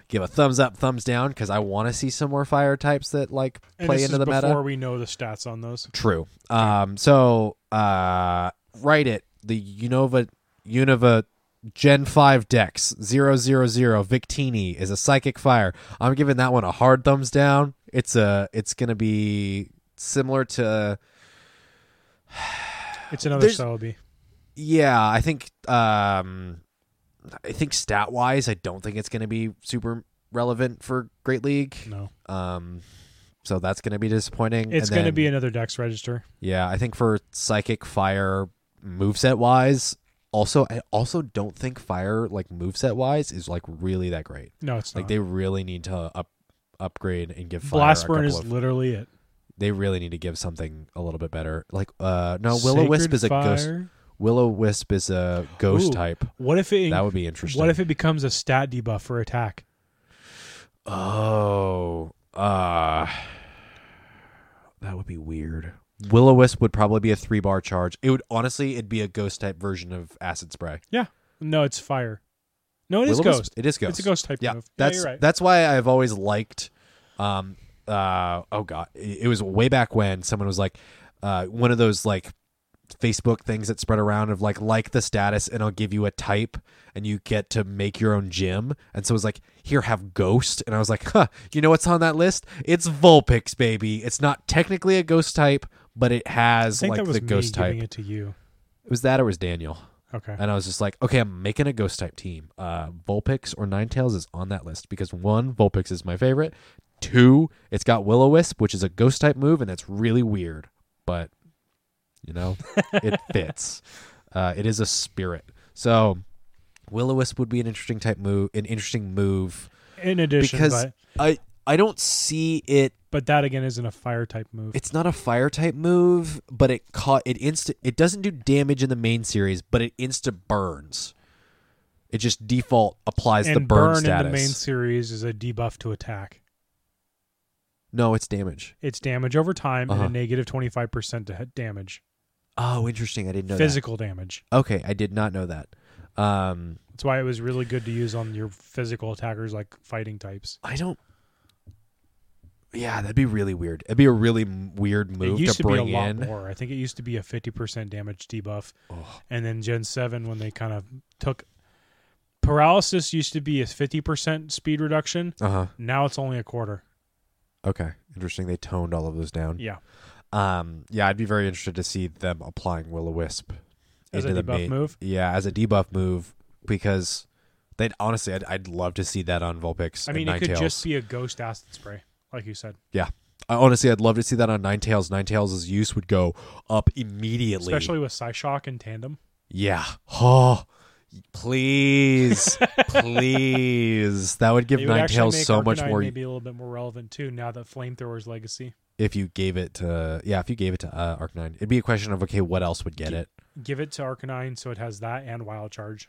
give a thumbs up, thumbs down because I want to see some more fire types that like
and
play
this
into
is
the
before
meta.
we know the stats on those.
True. Um, so uh, write it. The Unova Unova Gen 5 Dex 000 Victini is a psychic fire. I'm giving that one a hard thumbs down. It's a it's gonna be similar to
It's another
There's-
Celebi.
yeah, I think um I think stat wise, I don't think it's gonna be super relevant for Great League.
No,
Um so that's gonna be disappointing.
it's
And
going to
then-
be another Dex register.
Yeah, I think for psychic fire moveset wise, also I also don't think fire like moveset wise is like really that great.
No, it's
Like
not.
they really need to up upgrade and give fire
Oh. Blast
a
Burn
couple
is
of-
literally it.
they really need to give something a little bit better. Like uh no Willow Wisp
Sacred
is a ghost
Fire.
Willow Wisp is a ghost
Ooh,
type.
What if it?
That would be interesting.
what if it becomes a stat debuff for attack?
Oh, uh, that would be weird. Will o Wisp would probably be a three bar charge. It would honestly, it'd be a ghost type version of acid spray.
No, it's fire. No, it is
Will-O-Wisp-
ghost.
It is ghost.
It's a ghost type
Yeah,
move.
that's
yeah, you're right.
that's why I've always liked. Um, uh, oh god, it, it was way back when someone was like, uh, one of those like Facebook things that spread around of like like the status and I'll give you a type and you get to make your own gym. And so it was like, here have ghost. And I was like, huh, you know what's on that list? It's Vulpix, baby. It's not technically a ghost type, but it
I
has
think
like
that was
the
me
ghost type. Uh,
giving it to you.
It was that or it was Daniel.
Okay.
And I was just like, okay, I'm making a ghost type team. Uh, Vulpix or Ninetales is on that list because one, Vulpix is my favorite. Two, it's got Will O Wisp, which is a ghost type move, and it's really weird, but you know, it fits. Uh, it is a spirit. So Will O Wisp would be an interesting type move, an interesting move
In addition,
because
but,
I I don't see it
but that again isn't a fire type move.
it's not a fire type move, but it caught it insta it doesn't do damage in the main series, but it insta burns. It just default applies
and
the burn,
in
status.
the main series is a debuff to attack.
no, it's damage.
It's damage over time
Uh-huh.
and a negative twenty five percent to hit damage,
Oh, interesting. I didn't know
physical damage.
that. Okay, I did not know that. Um
That's why it was really good to use on your physical attackers like fighting types.
I don't Yeah, that'd be really weird. It'd be a really m- weird move
it used to,
to
be a
bring
lot
in.
more. I think it used to be a fifty percent damage debuff,
Oh.
and then Gen Seven when they kind of took paralysis used to be a fifty percent speed reduction.
Uh-huh.
Now it's only a quarter.
Okay. Interesting. They toned all of those down.
Yeah,
Um yeah, I'd be very interested to see them applying Will-O-Wisp
as a
into the
debuff
main-
move.
Yeah, as a debuff move because they'd honestly, I'd, I'd love to see that on Vulpix.
I mean,
and
it could
Ninetales.
just be a ghost acid spray, like you said,
I, honestly, I'd love to see that on Ninetales. Ninetales' use would go up immediately.
especially with Psyshock in tandem.
yeah. Oh,
[LAUGHS]
please, please. That would give
It would actually
Ninetales
make
so much
Arcanine
more.
Maybe a little bit more relevant too now that Flamethrower's legacy.
If you gave it to, yeah, if you gave it to uh, Arcanine, it'd be a question of okay, what else would get it?
Give it to Arcanine so it has that and Wild Charge.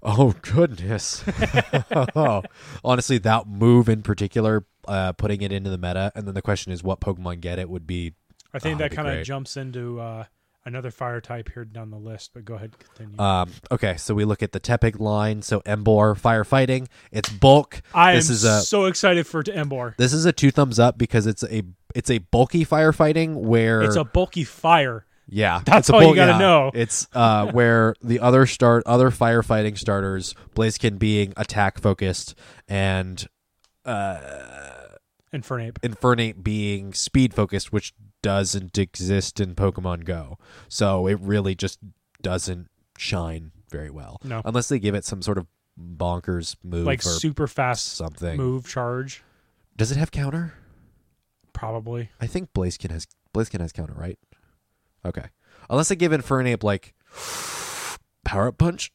Oh goodness!
[LAUGHS]
Honestly, that move in particular, uh, putting it into the meta, and then the question is, what Pokemon get it would be
I think
Oh, that'd
that
be
kind
great.
of jumps into uh, another fire type here down the list. But go ahead, continue.
Um, okay, so we look at the Tepig line. So Embor firefighting. It's bulk.
I am
this is a
so excited for Embor.
this is a two thumbs up because it's a it's a bulky firefighting where
It's a bulky fire.
yeah
that's
it's a
all you
bulk-
gotta
yeah.
know.
It's uh where the other start other firefighting starters Blaziken being attack focused and uh
Infernape.
Infernape being speed focused, which doesn't exist in Pokemon Go. So it really just doesn't shine very well.
No.
Unless they give it some sort of bonkers move
Like
or
super fast
something.
move charge,
Does it have counter?
probably.
I think Blaziken has Blaziken has counter, right? Okay. Unless they give Infernape like power up punch,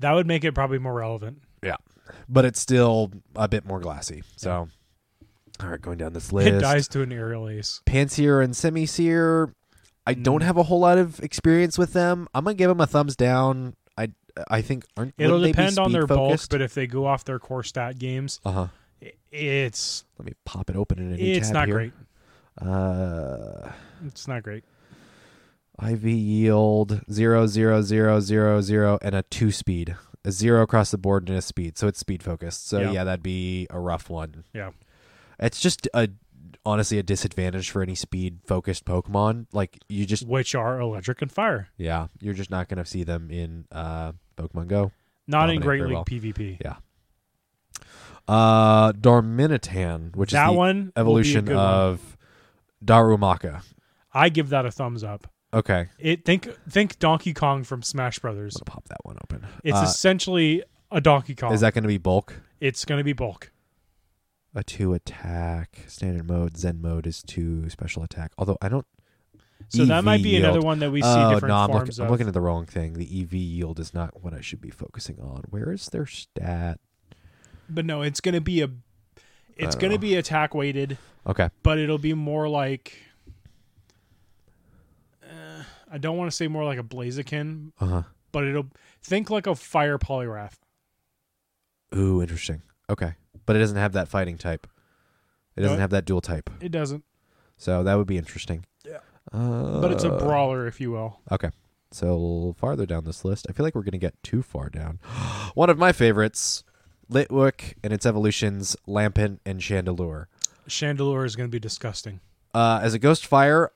That would make it probably more relevant. [LAUGHS]
but it's still a bit more glassy. So all right, going down this list.
It dies to an aerial ace.
Panseer and Semiseer. I don't
Mm.
have a whole lot of experience with them. I'm gonna give them a thumbs down. I I think aren't
It'll
wouldn't they be
depend on
speed
their
focused?
bulk, but if they go off their core stat games,
uh huh.
i- it's
Let me pop it open in a new
it's
tab
not
here.
great.
Uh,
It's not great.
IV yield zero zero zero zero zero and a two speed, a zero across the board and a speed. So it's speed focused. So
Yeah.
yeah, that'd be a rough one.
Yeah.
It's just a honestly a disadvantage for any speed focused Pokemon. Like you just
Which are electric and fire.
yeah, you're just not gonna see them in uh Pokemon Go.
Not in
Dominate
Great
very
League
well.
PvP.
Uh, Darminitan, which
that
is the
one
evolution
will be a good one.
of Darumaka.
I give that a thumbs up.
Okay, I'm
It think think Donkey Kong from Smash Brothers.
gonna pop that one open.
It's
Uh,
essentially a Donkey Kong.
is that gonna be bulk?
it's going to be bulk.
A two attack standard mode. Zen mode is two special attack. Although I don't.
So that
EV
might be another
yield.
one that we see
oh
different
no, I'm,
forms
looking, I'm
of.
looking at the wrong thing. The EV yield is not what I should be focusing on. Where is their stat?
but no, it's going to be a it's
don't
going
know.
to be attack weighted,
Okay,
but it'll be more like uh, I don't want to say more like a Blaziken,
uh huh.
but it'll think like a fire polyrath.
Ooh, interesting. Okay, but it doesn't have that fighting type. It
No,
doesn't
it-
have that dual type.
It doesn't,
So that would be interesting.
Yeah.
Uh,
but it's a brawler if you will.
Okay. So farther down this list, I feel like we're going to get too far down. [GASPS] One of my favorites, Litwick and its evolutions, Lampent and Chandelure.
Chandelure is going to be disgusting.
Uh, as a ghost fire,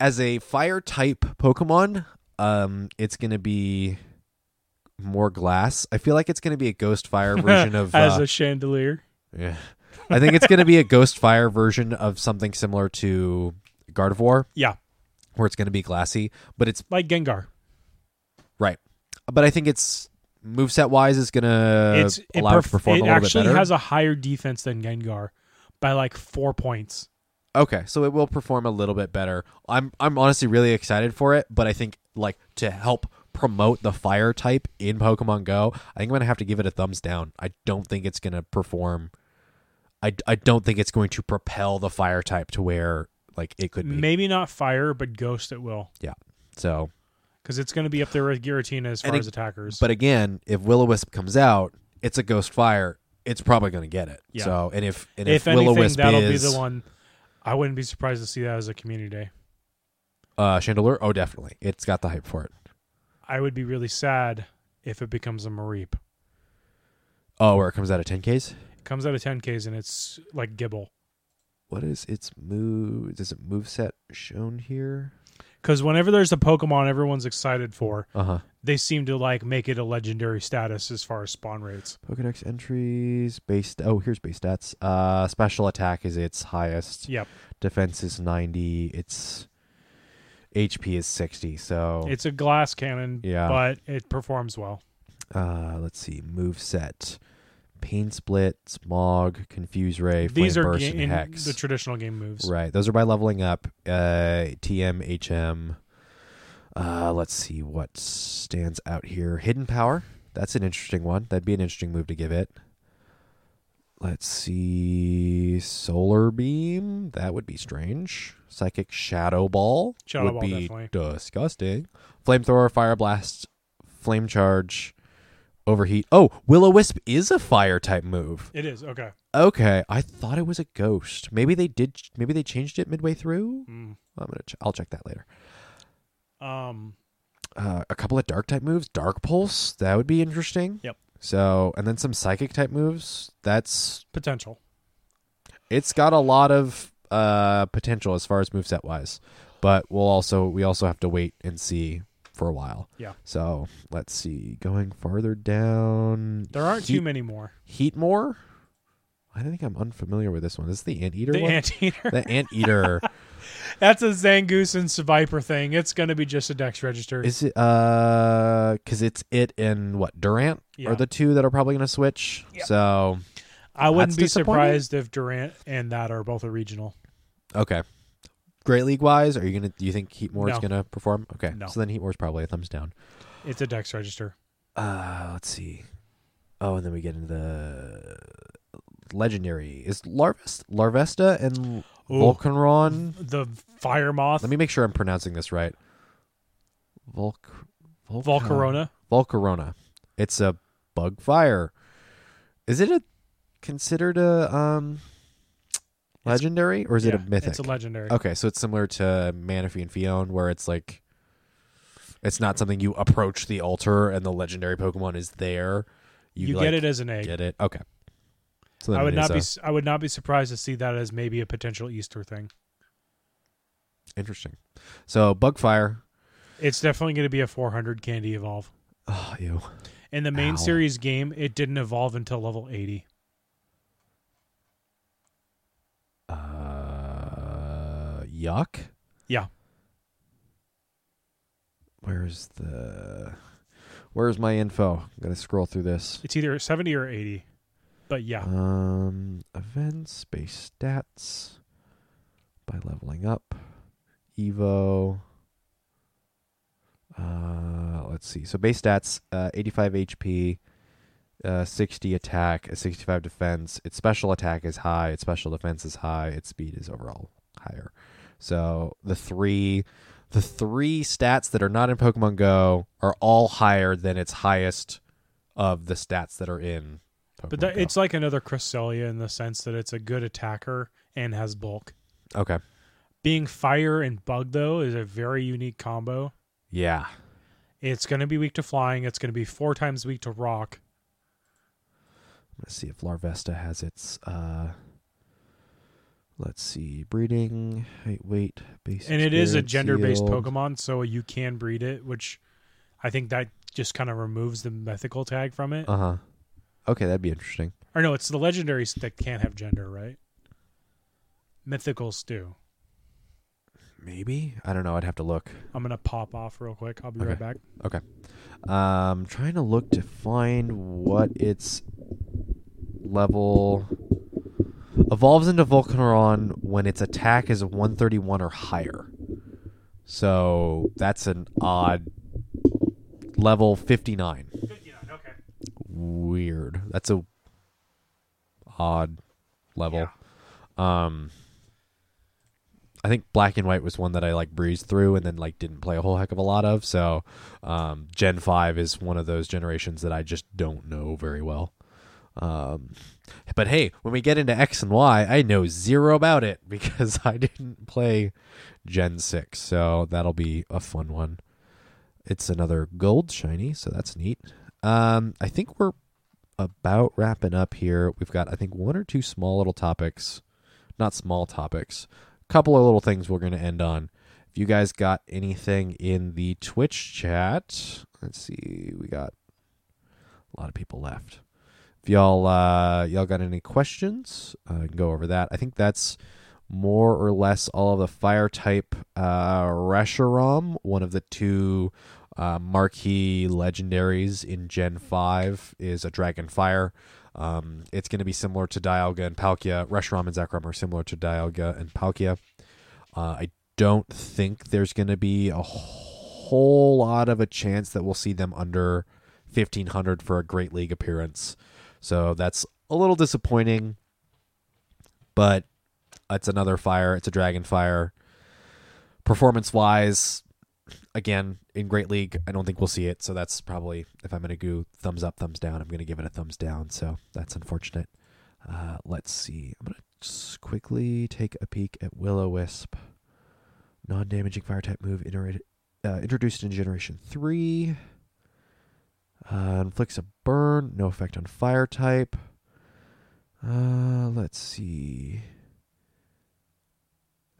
as a fire type Pokemon, um, it's going to be more glass. I feel like it's going to be a ghost
[LAUGHS]
fire version of.
As
uh,
a chandelier.
yeah. I think it's going to be a ghost fire version of something similar to Gardevoir,
Yeah,
where it's going to be glassy, but it's
like Gengar.
Right. But I think it's moveset wise is gonna
it's it,
allow it
perf-
to Uh, perform
it
a little bit
actually
better.
has a higher defense than Gengar by like 4 points.
okay, so it will perform a little bit better. I'm I'm honestly really excited for it, but I think like to help promote the fire type in Pokemon Go, I think I'm gonna have to give it a thumbs down. I don't think it's gonna perform I, I don't think it's going to propel the fire type to where like it could be.
Maybe not fire, but ghost it will.
so
because it's going to be up there with Giratina as far
And it-
as attackers.
But again, if Will Wisp comes out, it's a ghost fire. It's probably going to get it.
Yeah.
So, and if and
if
if, Will
anything,
Wisp
that'll
is
be the one. I wouldn't be surprised to see that as a community day.
uh, Chandelure, oh, definitely, it's got the hype for it.
I would be really sad if it becomes a Mareep.
Oh, where it comes out of 10ks.
It comes out of 10Ks and it's like Gibble.
What is its move? Is it move set shown here?
Because whenever there's a Pokemon everyone's excited for,
Uh huh.
they seem to like make it a legendary status as far as spawn rates.
Pokedex entries base. Oh, here's base stats. Uh, special attack is its highest.
Yep.
Defense is 90. Its HP is 60. So
It's a glass cannon,
Yeah.
but it performs well.
uh let's see move set pain split smog confuse ray flame
These are
burst
ga-
and
in
hex
the traditional game moves.
right those are by leveling up uh tm hm uh let's see what stands out here hidden power that's an interesting one that'd be an interesting move to give it let's see solar beam that would be strange psychic shadow ball
Shadow
would
Ball,
be
definitely.
disgusting flamethrower fire blast flame charge overheat oh willow wisp is a fire type move
It is okay.
okay i thought it was a ghost maybe they did maybe they changed it midway through
Mm.
i'm gonna ch- i'll check that later
Um,
uh, a couple of dark type moves dark pulse that would be interesting
Yep.
so and then some psychic type moves that's
potential.
it's got a lot of uh potential as far as moveset wise but we'll also we also have to wait and see for a while
Yeah.
so let's see going farther down
There aren't
Heat-
too many more.
Heatmore. I think I'm unfamiliar with this one. This is the anteater
The
one?
anteater.
the
[LAUGHS]
anteater.
That's a Zangoose and Viper thing. It's going to be just a Dex register.
Is it uh cuz it's it and what Durant
Yeah.
are the two that are probably going to switch.
Yeah.
So,
I wouldn't
that's
be
disappointing.
surprised if Durant and that are both a regional.
okay. Great league wise, are you going to do you think Heat Moore
No.
is going to perform? Okay.
No.
So then Heat Moore's probably a thumbs down.
It's a Dex register.
Uh, let's see. Oh, and then we get into the legendary. Is Larvest Larvesta and
Ooh.
Volcanron?
The Fire Moth,
Let me make sure I'm pronouncing this right. Volc Volcan-
Volcarona.
Volcarona. It's a bug fire. Is it a considered a um legendary or is it a
Yeah,
mythic? Oh,
It's a legendary.
okay, so it's similar to Manaphy and Fion where it's like it's not something you approach the altar and the legendary Pokemon is there.
you
like,
get it as an egg.
Get it? Okay. So then
I
it
would
is uh,
not be.
a-
s- I would not be surprised to see that as maybe a potential Easter thing.
interesting. So Bugfire.
It's definitely going to be a 400 candy evolve.
Oh, ew.
In the main
Ow.
series game, it didn't evolve until level 80.
Uh, yuck.
Yeah.
Where's the? Where's my info? I'm gonna scroll through this.
It's either 70 or 80. But yeah,
Um, events, base stats, by leveling up, Evo. Uh, let's see. So base stats: uh, 85 HP, uh, 60 attack, a 65 defense. Its special attack is high. Its special defense is high. Its speed is overall higher. So the three, the three stats that are not in Pokemon Go are all higher than its highest of the stats that are in. Pokemon
but that,
Go.
it's like another Cresselia in the sense that it's a good attacker and has bulk.
Okay.
Being fire and bug though is a very unique combo.
Yeah.
It's going to be weak to flying. It's going to be four times weak to rock.
Let's see if Larvesta has its uh let's see, breeding, height, weight, base.
and it is a
experience,
gender-based
yield.
Pokemon, so you can breed it, which I think that just kind of removes the mythical tag from it.
Uh-huh. Okay, that'd be interesting.
or no, it's the legendaries that can't have gender, right? Mythicals do.
Maybe? I don't know, I'd have to look.
I'm gonna pop off real quick. I'll be
Okay.
right back.
Um trying to look to find what its level evolves into Volcaron when its attack is 131 or higher. So that's an odd level 59.
okay.
weird. That's a odd level. Um I think black and white was one that I like breezed through and then like didn't play a whole heck of a lot of. So um Gen 5 is one of those generations that I just don't know very well. Um but hey, when we get into X and Y, I know zero about it [LAUGHS] because I didn't play Gen 6. So that'll be a fun one. It's another gold shiny, so that's neat. Um, I think we're about wrapping up here. We've got, I think, one or two small little topics, not small topics, a couple of little things we're going to end on. If you guys got anything in the Twitch chat, let's see, we got a lot of people left. If y'all uh, y'all got any questions, uh, I can go over that. I think that's more or less all of the fire type uh, Reshiram, one of the two uh, marquee legendaries in Gen 5 is a Dragon Fire. Um, it's going to be similar to Dialga and Palkia. Reshiram and Zekrom are similar to Dialga and Palkia. Uh, I don't think there's going to be a whole lot of a chance that we'll see them under 1500 for a Great League appearance. So that's a little disappointing, but it's another fire. It's a Dragon Fire. Performance wise, again in Great League. I don't think we'll see it, so that's probably if I'm going to go thumbs up, thumbs down. I'm going to give it a thumbs down, so that's unfortunate. Uh, let's see. I'm going to just quickly take a peek at Willow Wisp, non-damaging fire type move interated, uh, introduced in Generation Three. Uh, inflicts a burn, no effect on fire type. Uh, let's see.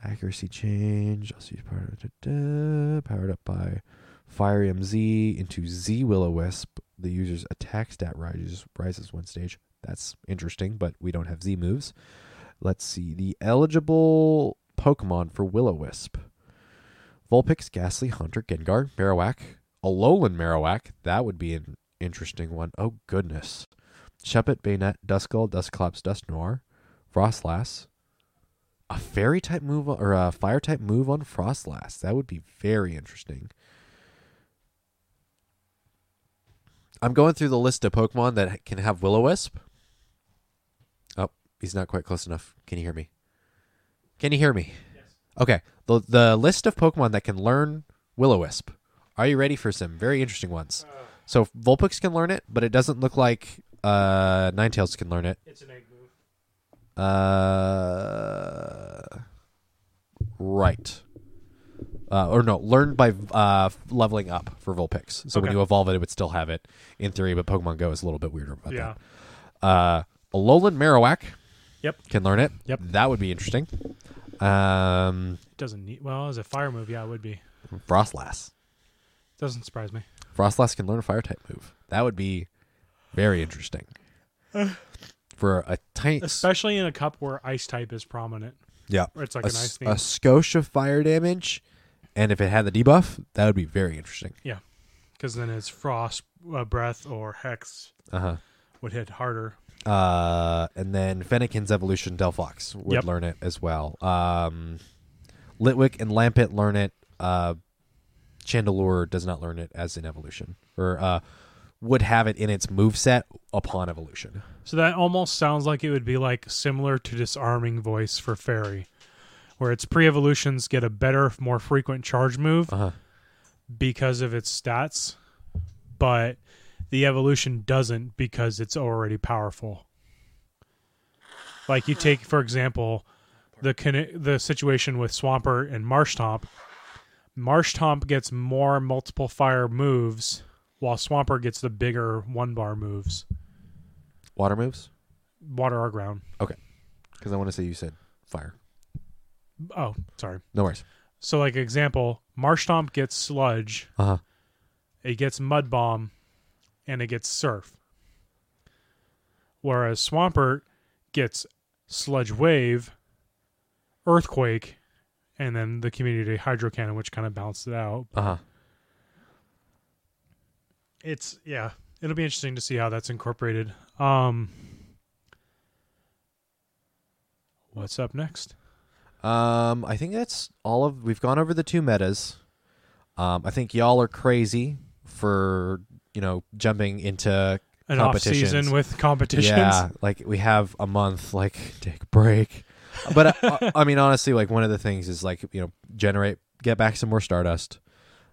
Accuracy change. Also used power, da, da, powered up by Fire E MZ into Z Will O Wisp. The user's attack stat rises rises one stage. That's interesting, but we don't have Z moves. Let's see. The eligible Pokemon for Willow Wisp Vulpix, Ghastly, Hunter, Gengar, Marowak, Alolan Marowak. That would be an interesting one. Oh, goodness. Shepet, Bayonet, Duskull, Dusclops, Dustnoir, Frostlass. A fairy type move or a fire type move on Frostlass. That would be very interesting. I'm going through the list of Pokemon that can have Willow Wisp. Oh, he's not quite close enough. Can you hear me? Can you hear me? Okay. The the list of Pokemon that can learn Willow Wisp. Are you ready for some very interesting ones?
Uh,
So Vulpix can learn it, but it doesn't look like uh Ninetales can learn it.
It's an egg move.
Uh, right. Uh, or no, learned by uh, leveling up for Vulpix. So when
Okay.
you evolve it, it would still have it in theory, but Pokemon Go is a little bit weirder about
Yeah.
that. Uh, Alolan Marowak
Yep.
can learn it.
Yep.
That would be interesting. Um,
It doesn't need. Well, as a fire move, yeah, it would be.
Frostlass.
Doesn't surprise me.
Frostlass can learn a fire type move. That would be very
[SIGHS]
interesting. For a tiny.
Especially in a cup where ice type is prominent.
Yeah.
Or it's like
a,
a nice
s-
theme.
a skosh of fire damage, and if it had the debuff, that would be very interesting.
yeah. Because then it's frost, uh, breath, or hex
Uh-huh.
would hit harder.
Uh And then Fennekin's evolution, Delphox would
Yep.
learn it as well. Um, Litwick and Lampet learn it. Uh, Chandelure does not learn it as an evolution, or uh, would have it in its moveset upon evolution.
So that almost sounds like it would be like similar to disarming voice for fairy, where its pre-evolutions get a better, more frequent charge move
Uh-huh.
because of its stats, but the evolution doesn't because it's already powerful. Like you take, for example, the conne- the situation with Swampert and Marshtomp. Marshtomp gets more multiple fire moves, while Swampert gets the bigger one bar moves,
Water moves?
water or ground.
Because I want to say you said fire.
Oh, sorry.
No worries.
So, like example, Marshtomp gets Sludge,
Uh-huh.
it gets Mud Bomb, and it gets Surf. Whereas Swampert gets Sludge Wave, Earthquake, and then the Community Hydro Cannon, which kind of balanced it out.
Uh-huh.
It's yeah, it'll be interesting to see how that's incorporated. Um, what's up next?
Um, I think that's all of. We've gone over the two metas. Um, I think y'all are crazy for you know jumping into
An off
competitions.
season with competitions.
yeah, like we have a month. Like take a break. But I, I mean, honestly, like one of the things is like you know generate, get back some more stardust.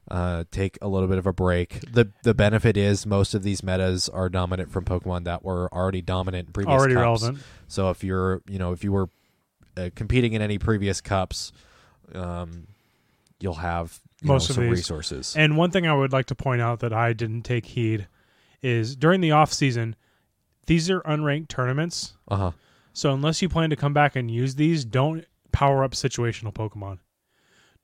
Uh, take a little bit of a break. the The benefit is most of these metas are dominant from Pokemon that were already dominant in previous
Already
cups.
relevant.
So if you're, you know, if you were uh, competing in any previous cups, um, you'll have you
Most
know,
of
some
these.
resources.
And one thing I would like to point out that I didn't take heed is during the off season, these are unranked tournaments.
Uh huh.
So unless you plan to come back and use these, don't power up situational Pokemon.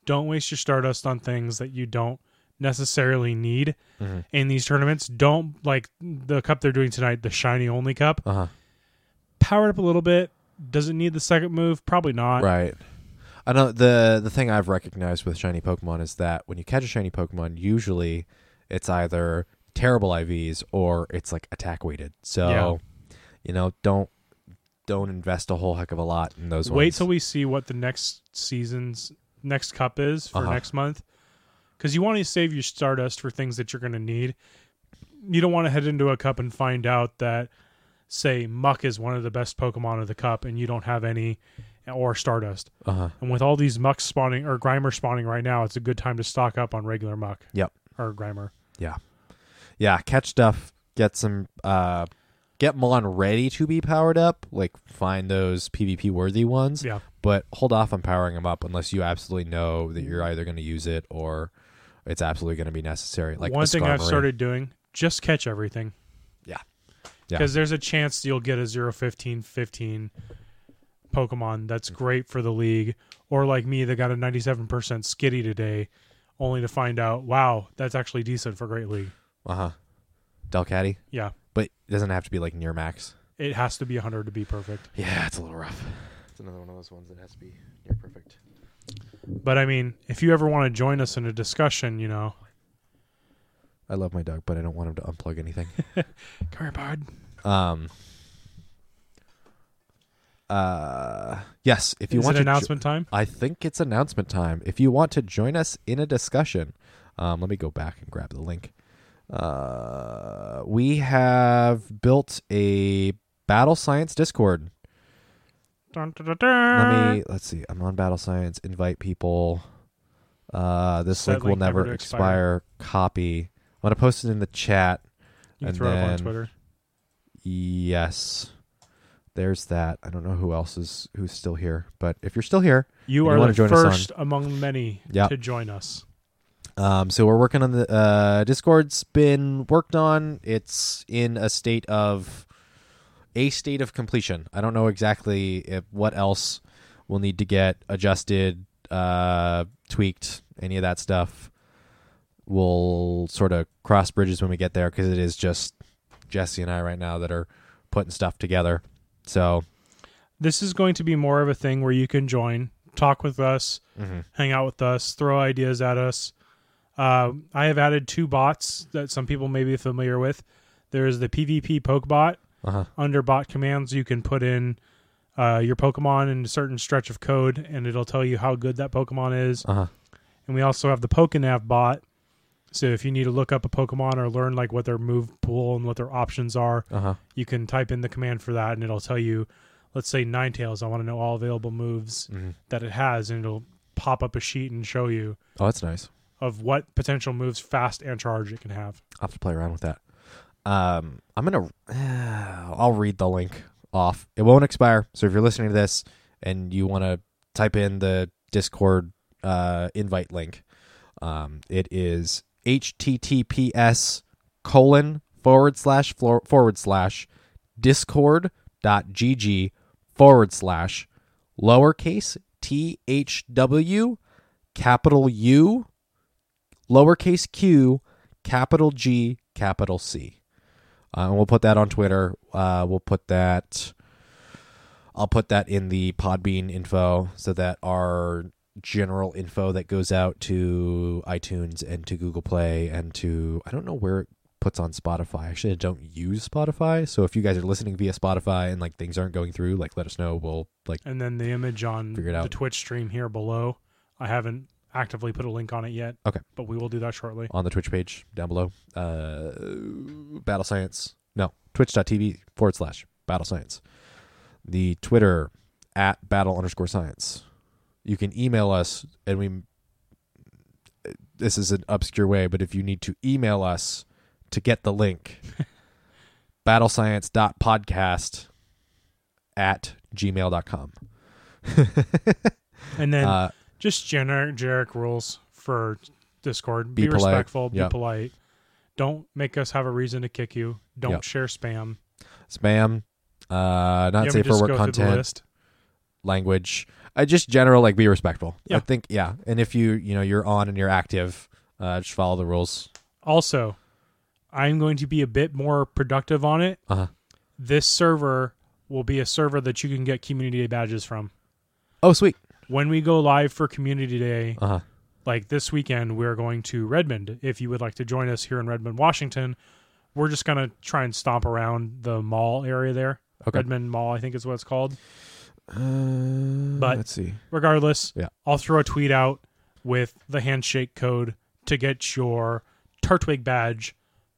Don't waste your Stardust on things that you don't necessarily need
Mhm.
in these tournaments. Don't like the cup they're doing tonight, the shiny only cup.
Uh huh.
Power it up a little bit. Does it need the second move? Probably not.
Right. I know the the thing I've recognized with shiny Pokemon is that when you catch a shiny Pokemon, usually it's either terrible IVs or it's like attack weighted. So, you know, don't don't invest a whole heck of a lot in those.
Wait
ones.
till we see what the next season's next cup is for
Uh-huh.
next month, because you want to save your Stardust for things that you're going to need. You don't want to head into a cup and find out that, say, Muck is one of the best Pokemon of the cup, and you don't have any or Stardust.
Uh-huh.
And with all these Mucks spawning or Grimer spawning right now, it's a good time to stock up on regular Muck
Yep.
or Grimer.
yeah, catch stuff, get some uh get Mon ready to be powered up, like find those PvP worthy ones,
Yeah,
but hold off on powering them up unless you absolutely know that you're either going to use it or it's absolutely going to be necessary. Like
one
a
thing I've
Skarmory.
started doing: just catch everything.
Yeah. Yeah.
because there's a chance you'll get a 0 15 15 Pokemon that's
Mm-hmm.
great for the league, or like me that got a 97% Skitty today, only to find out, wow, that's actually decent for Great League.
Uh-huh. Delcatty,
Yeah,
but it doesn't have to be like near max.
it has to be 100 to be perfect.
Yeah, it's a little rough. It's another one of those ones that has to be near perfect.
But I mean, if you ever want to join us in a discussion, you know,
I love my dog, but I don't want him to unplug
[LAUGHS]
anything.
come here, bud.
Um. Uh. Yes, if you
Is
want
it
to jo-
announcement time?
I think it's announcement time. If you want to join us in a discussion, um, let me go back and grab the link. Uh, we have built a battle science Discord.
Dun, dun, dun,
Let
dun.
me let's see. I'm on battle science. Invite people. Uh, this
Set
link will
link never
never
to
expire. Copy. I'm gonna post it in the chat.
you can
and
throw it up on
then-
Twitter.
Yes. There's that. I don't know who else is who's still here, but if you're still here,
You
you
are
wanna
the
join us on-
first among many
Yeah.
to join us.
Um, so we're working on the uh, Discord's been worked on. It's in a state of a state of completion. I don't know exactly if, what else will need to get adjusted, uh, tweaked, any of that stuff. We'll sort of cross bridges when we get there because it is just Jesse and I right now that are putting stuff together. So
This is going to be more of a thing where you can join, talk with us, hang out with us, throw ideas at us. Uh, I have added two bots that some people may be familiar with. There is the PvP Pokebot.
uh-huh.
Under bot commands, you can put in uh, your Pokemon in a certain stretch of code, and it'll tell you how good that Pokemon is.
Uh-huh.
And we also have the Pokenav bot. So if you need to look up a Pokemon or learn like what their move pool and what their options are,
Uh-huh.
you can type in the command for that and it'll tell you let's say ninetales i want to know all available moves
Mhm.
that it has and it'll pop up a sheet and show you
Oh, that's nice.
of what potential moves fast and charge it can have
I'll have to play around with that. Um, I'm gonna. [SIGHS] I'll read the link off. It won't expire. So if you're listening to this and you want to type in the Discord uh, invite link, um, it is https colon forward slash floor, forward slash discord dot gg forward slash lowercase t h w capital U lowercase q, capital G, capital C. Uh, and we'll put that on Twitter. Uh, we'll put that. I'll put that in the Podbean info so that our general info that goes out to iTunes and to Google Play and to I don't know where it puts on Spotify. Actually, I don't use Spotify. So if you guys are listening via Spotify and like things aren't going through, like let us know. We'll like
and then the image on
Figure it
the
out.
twitch stream here below i haven't actively put a link on it yet
Okay.
but we will do that shortly
on the Twitch page down below. Uh, Battle Science. No, twitch.tv forward slash Battle Science. The Twitter at Battle underscore Science. You can email us, and we. This is an obscure way, but if you need to email us to get the link, battlescience.podcast at gmail.com.
and then
Uh,
just generic, generic rules for Discord.
Be
Be,
polite.
respectful.
Yeah.
Be polite. Don't make us have a reason to kick you. Don't
Yeah.
share spam.
spam, uh,
You
not
want me
safe for
to just
work
go through the
content.
list?
language i just general like be respectful i
Yeah.
think yeah and if you you know you're on and you're active uh just follow the rules
Also, I'm going to be a bit more productive on it.
Uh-huh.
This server will be a server that you can get community badges from.
oh sweet
When we go live for community day,
uh-huh
like this weekend we're going to redmond if you would like to join us here in redmond washington we're just going to try and stomp around the mall area there
Okay.
redmond mall i think is what it's called
uh,
But-
let's see
regardless
Yeah.
i'll throw a tweet out with the handshake code to get your turtwig badge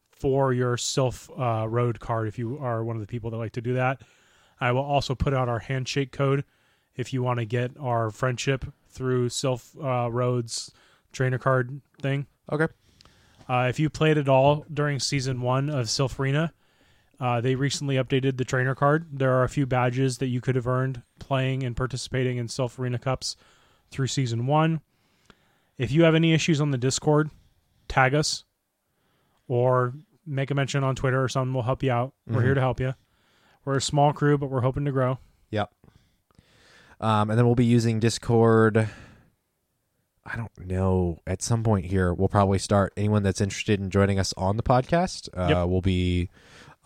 for your self uh, road card if you are one of the people that like to do that i will also put out our handshake code if you want to get our friendship through self uh, roads trainer card thing
okay
Uh, if you played at all during season one of Silphrina, uh, they recently updated the trainer card. There are a few badges that you could have earned playing and participating in Silphrina Cups through season one. If you have any issues on the Discord, tag us or make a mention on Twitter or something. We'll help you out. We're
Mm-hmm.
here to help you. We're a small crew, but we're hoping to grow.
yep um and then we'll be using discord i don't know at some point here we'll probably start anyone that's interested in joining us on the podcast uh
Yep.
will be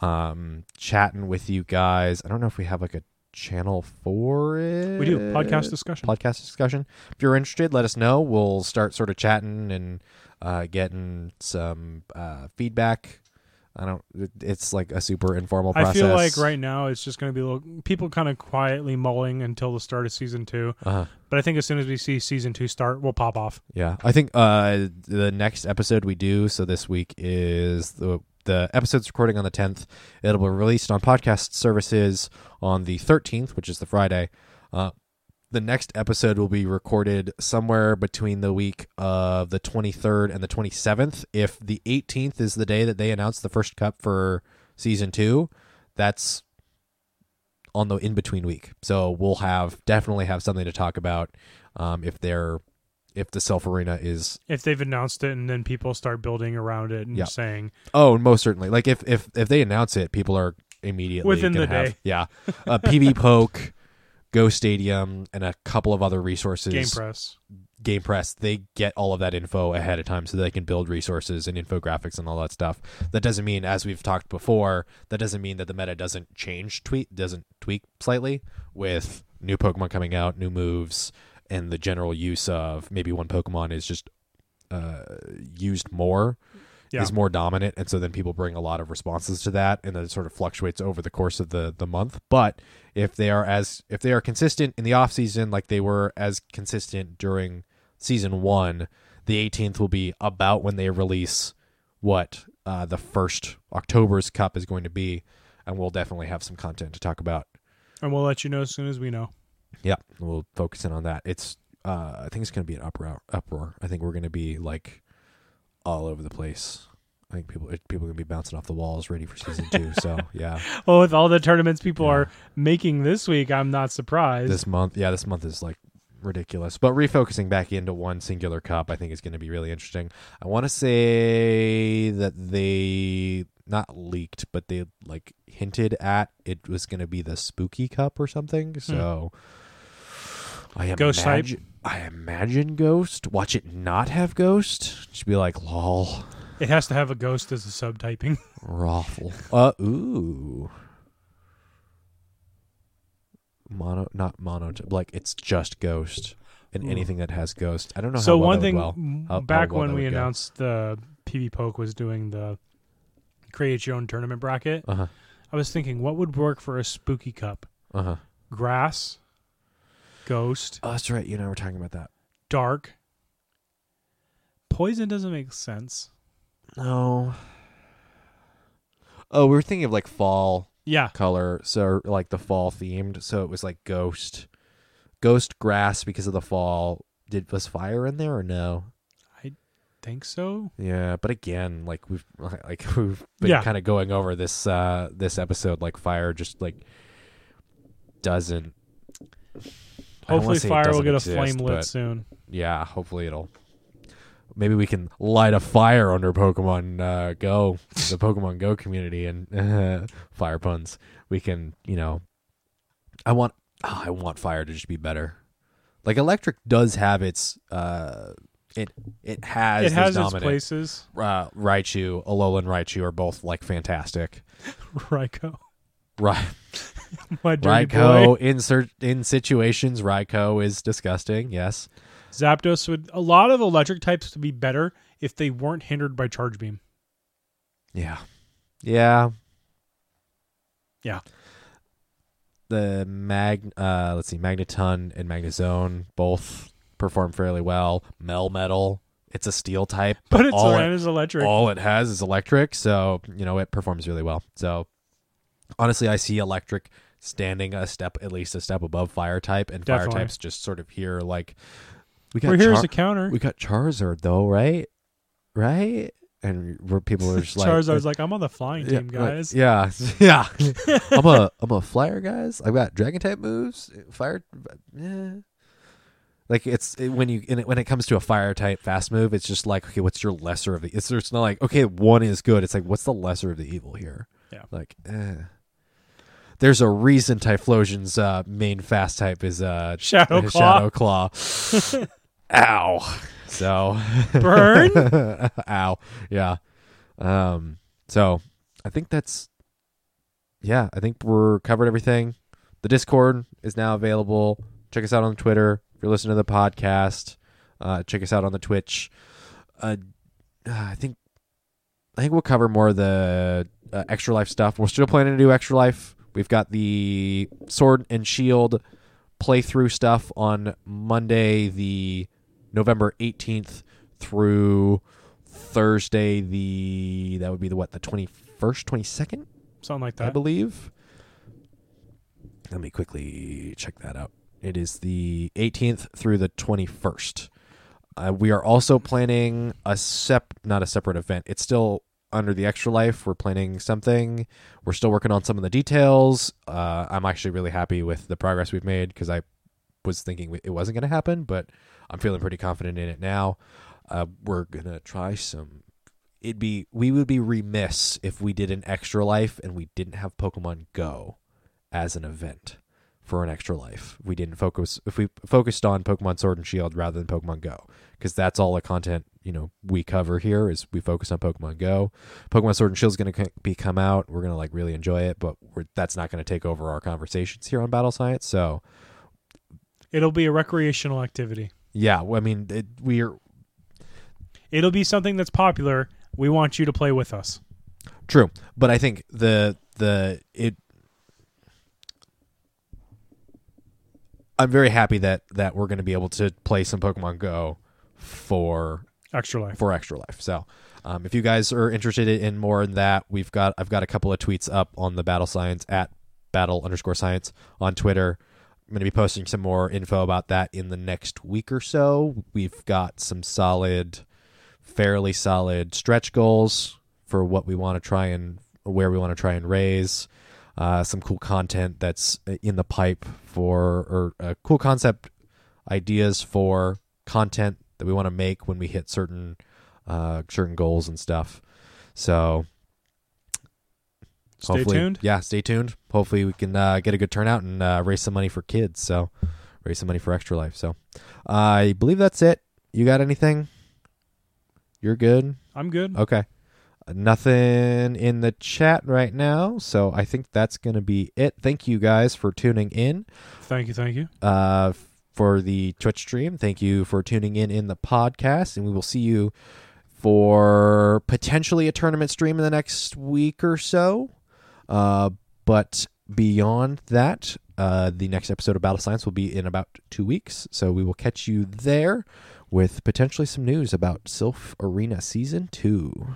um, chatting with you guys. I don't know if we have like a channel for it.
We do podcast discussion.
podcast discussion. If you're interested, let us know. We'll start sort of chatting and uh, getting some uh, feedback. I don't. it- It's like a super informal process.
I feel like right now it's just going to be little, people kind of quietly mulling until the start of season two.
Uh,
But I think as soon as we see season two start, we'll pop off.
yeah, I think uh, the next episode we do. So this week is the the episode's recording on the tenth. It'll be released on podcast services on the thirteenth, which is the Friday. Uh, the next episode will be recorded somewhere between the week of the 23rd and the 27th. If the 18th is the day that they announce the first cup for season two, that's on the in between week. So we'll have definitely have something to talk about um, if they're if the self arena is
If they've announced it and then people start building around it and
Yeah.
saying,
oh most certainly like if if if they announce it, people are immediately
Within
gonna
the
have,
day.
Yeah, uh,
[LAUGHS]
PV Poke, Go Stadium, and a couple of other resources.
Game Press.
Game Press, they get all of that info ahead of time so they can build resources and infographics and all that stuff. That doesn't mean, as we've talked before, that doesn't mean that the meta doesn't change, tweet doesn't tweak slightly with new Pokemon coming out, new moves, and the general use of maybe one Pokemon is just uh, used more,
Yeah.
is more dominant, and so then people bring a lot of responses to that, and then it sort of fluctuates over the course of the the month. But if they are as if they are consistent in the off season, like they were as consistent during season one, the 18th will be about when they release what uh, the first October's Cup is going to be, and we'll definitely have some content to talk about
And we'll let you know as soon as we know.
yeah, we'll focus in on that. It's uh, I think it's going to be an uproar. Uproar. I think we're going to be like all over the place. I think people it, people are going to be bouncing off the walls, ready for season two. so yeah,
Well, with all the tournaments people
Yeah.
are making this week, I'm not surprised.
this month, yeah, this month is like ridiculous. But refocusing back into one singular cup, I think is going to be really interesting. I want to say that they not leaked, but they like hinted at it was going to be the spooky cup or something. So I
Ghost hype.
imagine, I imagine ghost. Watch it not have ghost. Just be like lol,
it has to have a ghost as a subtyping.
raffle. Uh ooh. Mono, not mono, like it's just ghost, and
Ooh.
anything that has ghost. I don't know.
so
how well that
one
would
thing
well.
m-
how- how
back
well
when
that
we
would go.
announced the PB Poke was doing the create your own tournament bracket,
Uh-huh.
I was thinking what would work for a spooky cup?
Uh-huh.
Grass, ghost,
Oh, that's right. You and I were talking about that.
dark. Poison doesn't make sense.
No. Oh, we were thinking of like fall
Yeah,
color, so like the fall themed. So it was like ghost, ghost grass because of the fall. Did was fire in there or no?
think so.
Yeah, but again, like we've [LAUGHS] like we've been
Yeah.
kind of going over this uh this episode. Like fire just like doesn't. I don't wanna
Hopefully,
say it
fire
doesn't
will get a
exist,
flame lit
but-
soon.
yeah, hopefully it'll. Maybe we can light a fire under Pokemon uh, Go, [LAUGHS] the Pokemon Go community, and [LAUGHS] fire puns. We can, you know, I want, oh, I want fire to just be better. Like electric does have its, uh, it it has
It
those
has its
dominant.
places. [LAUGHS]
Uh, Raichu, Alolan Raichu are both like fantastic.
Ryko,
Right,
my [LAUGHS] dirty boy.
Raikou in cer- in situations, Raikou is disgusting. Yes,
Zapdos would a lot of electric types would be better if they weren't hindered by charge beam. [LAUGHS]
Yeah. Yeah.
Yeah.
The mag uh let's see, Magneton and Magnezone both perform fairly well. Melmetal, it's a steel type, but,
But it's
all,
ran
it,
as electric.
all it has is electric, so you know it performs really well. So honestly I see electric standing a step at least a step above fire type and
Definitely.
fire types just sort of here like we got
We're here
Char-
as a counter.
we got Charizard though, right? Right? And where people are just like
Charizard's like, I'm on the [LAUGHS] flying team,
yeah, like-
guys.
yeah, [LAUGHS] yeah. I'm a I'm a flyer, guys. I've got dragon type moves, eh, fire. Yeah. Like it's it- when you and it, when it comes to a fire type fast move, it's just like okay, what's your lesser of the? It's it's not like okay, one is good. It's like what's the lesser of the evil here?
Yeah.
Like, eh. there's a reason Typhlosion's uh, main fast type is uh
Shadow Claw.
[LAUGHS] Shadow Claw.
[LAUGHS]
Ow. So [LAUGHS]
Burn.
Ow. Yeah. Um. So I think that's yeah, I think we're covered everything. The Discord is now available. Check us out on Twitter. If you're listening to the podcast, uh, check us out on the Twitch. Uh, I think I think we'll cover more of the uh, extra life stuff. We're still planning to do extra life. We've got the sword and shield playthrough stuff on Monday, the November 18th through Thursday, the that would be the what the 21st, 22nd,
Something like
I
that.
believe. Let me quickly check that out. It is the 18th through the 21st. Uh, we are also planning a sep not a separate event. It's still under the extra life. We're planning something. We're still working on some of the details. Uh, I'm actually really happy with the progress we've made because I was thinking we- it wasn't going to happen, but I'm feeling pretty confident in it now. Uh, we're gonna try some it'd be we would be remiss if we did an extra life and we didn't have Pokemon Go as an event for an extra life. We didn't focus if we focused on Pokemon Sword and Shield rather than Pokemon Go because that's all the content you know we cover here is we focus on Pokemon Go. Pokemon Sword and Shield is going to be come out. We're going to like really enjoy it, but we're, that's not going to take over our conversations here on Battle Science. So
It'll be a recreational activity.
yeah, well, I mean it, we're
It'll be something that's popular. We want you to play with us.
True, but I think the the it. I'm very happy that that we're going to be able to play some Pokemon Go for
Extra life.
for Extra Life. So, um, if you guys are interested in more in that, we've got I've got a couple of tweets up on the Battle Science at Battle underscore Science on Twitter. I'm going to be posting some more info about that in the next week or so. We've got some solid, fairly solid stretch goals for what we want to try and where we want to try and raise. Uh, some cool content that's in the pipe for or uh, cool concept ideas for content that we want to make when we hit certain uh, certain goals and stuff. So
Stay
hopefully,
tuned.
Yeah, stay tuned. Hopefully, we can uh, get a good turnout and uh, raise some money for kids. So raise some money for Extra Life. So I believe that's it. You got anything? You're good.
I'm good.
Okay. Nothing in the chat right now, so I think that's going to be it. Thank you guys for tuning in
Thank you. Thank you.
uh, for the Twitch stream. Thank you for tuning in in the podcast, and we will see you for potentially a tournament stream in the next week or so. Uh, but beyond that, uh, the next episode of Battle Science will be in about two weeks, so we will catch you there with potentially some news about Sylph Arena Season 2.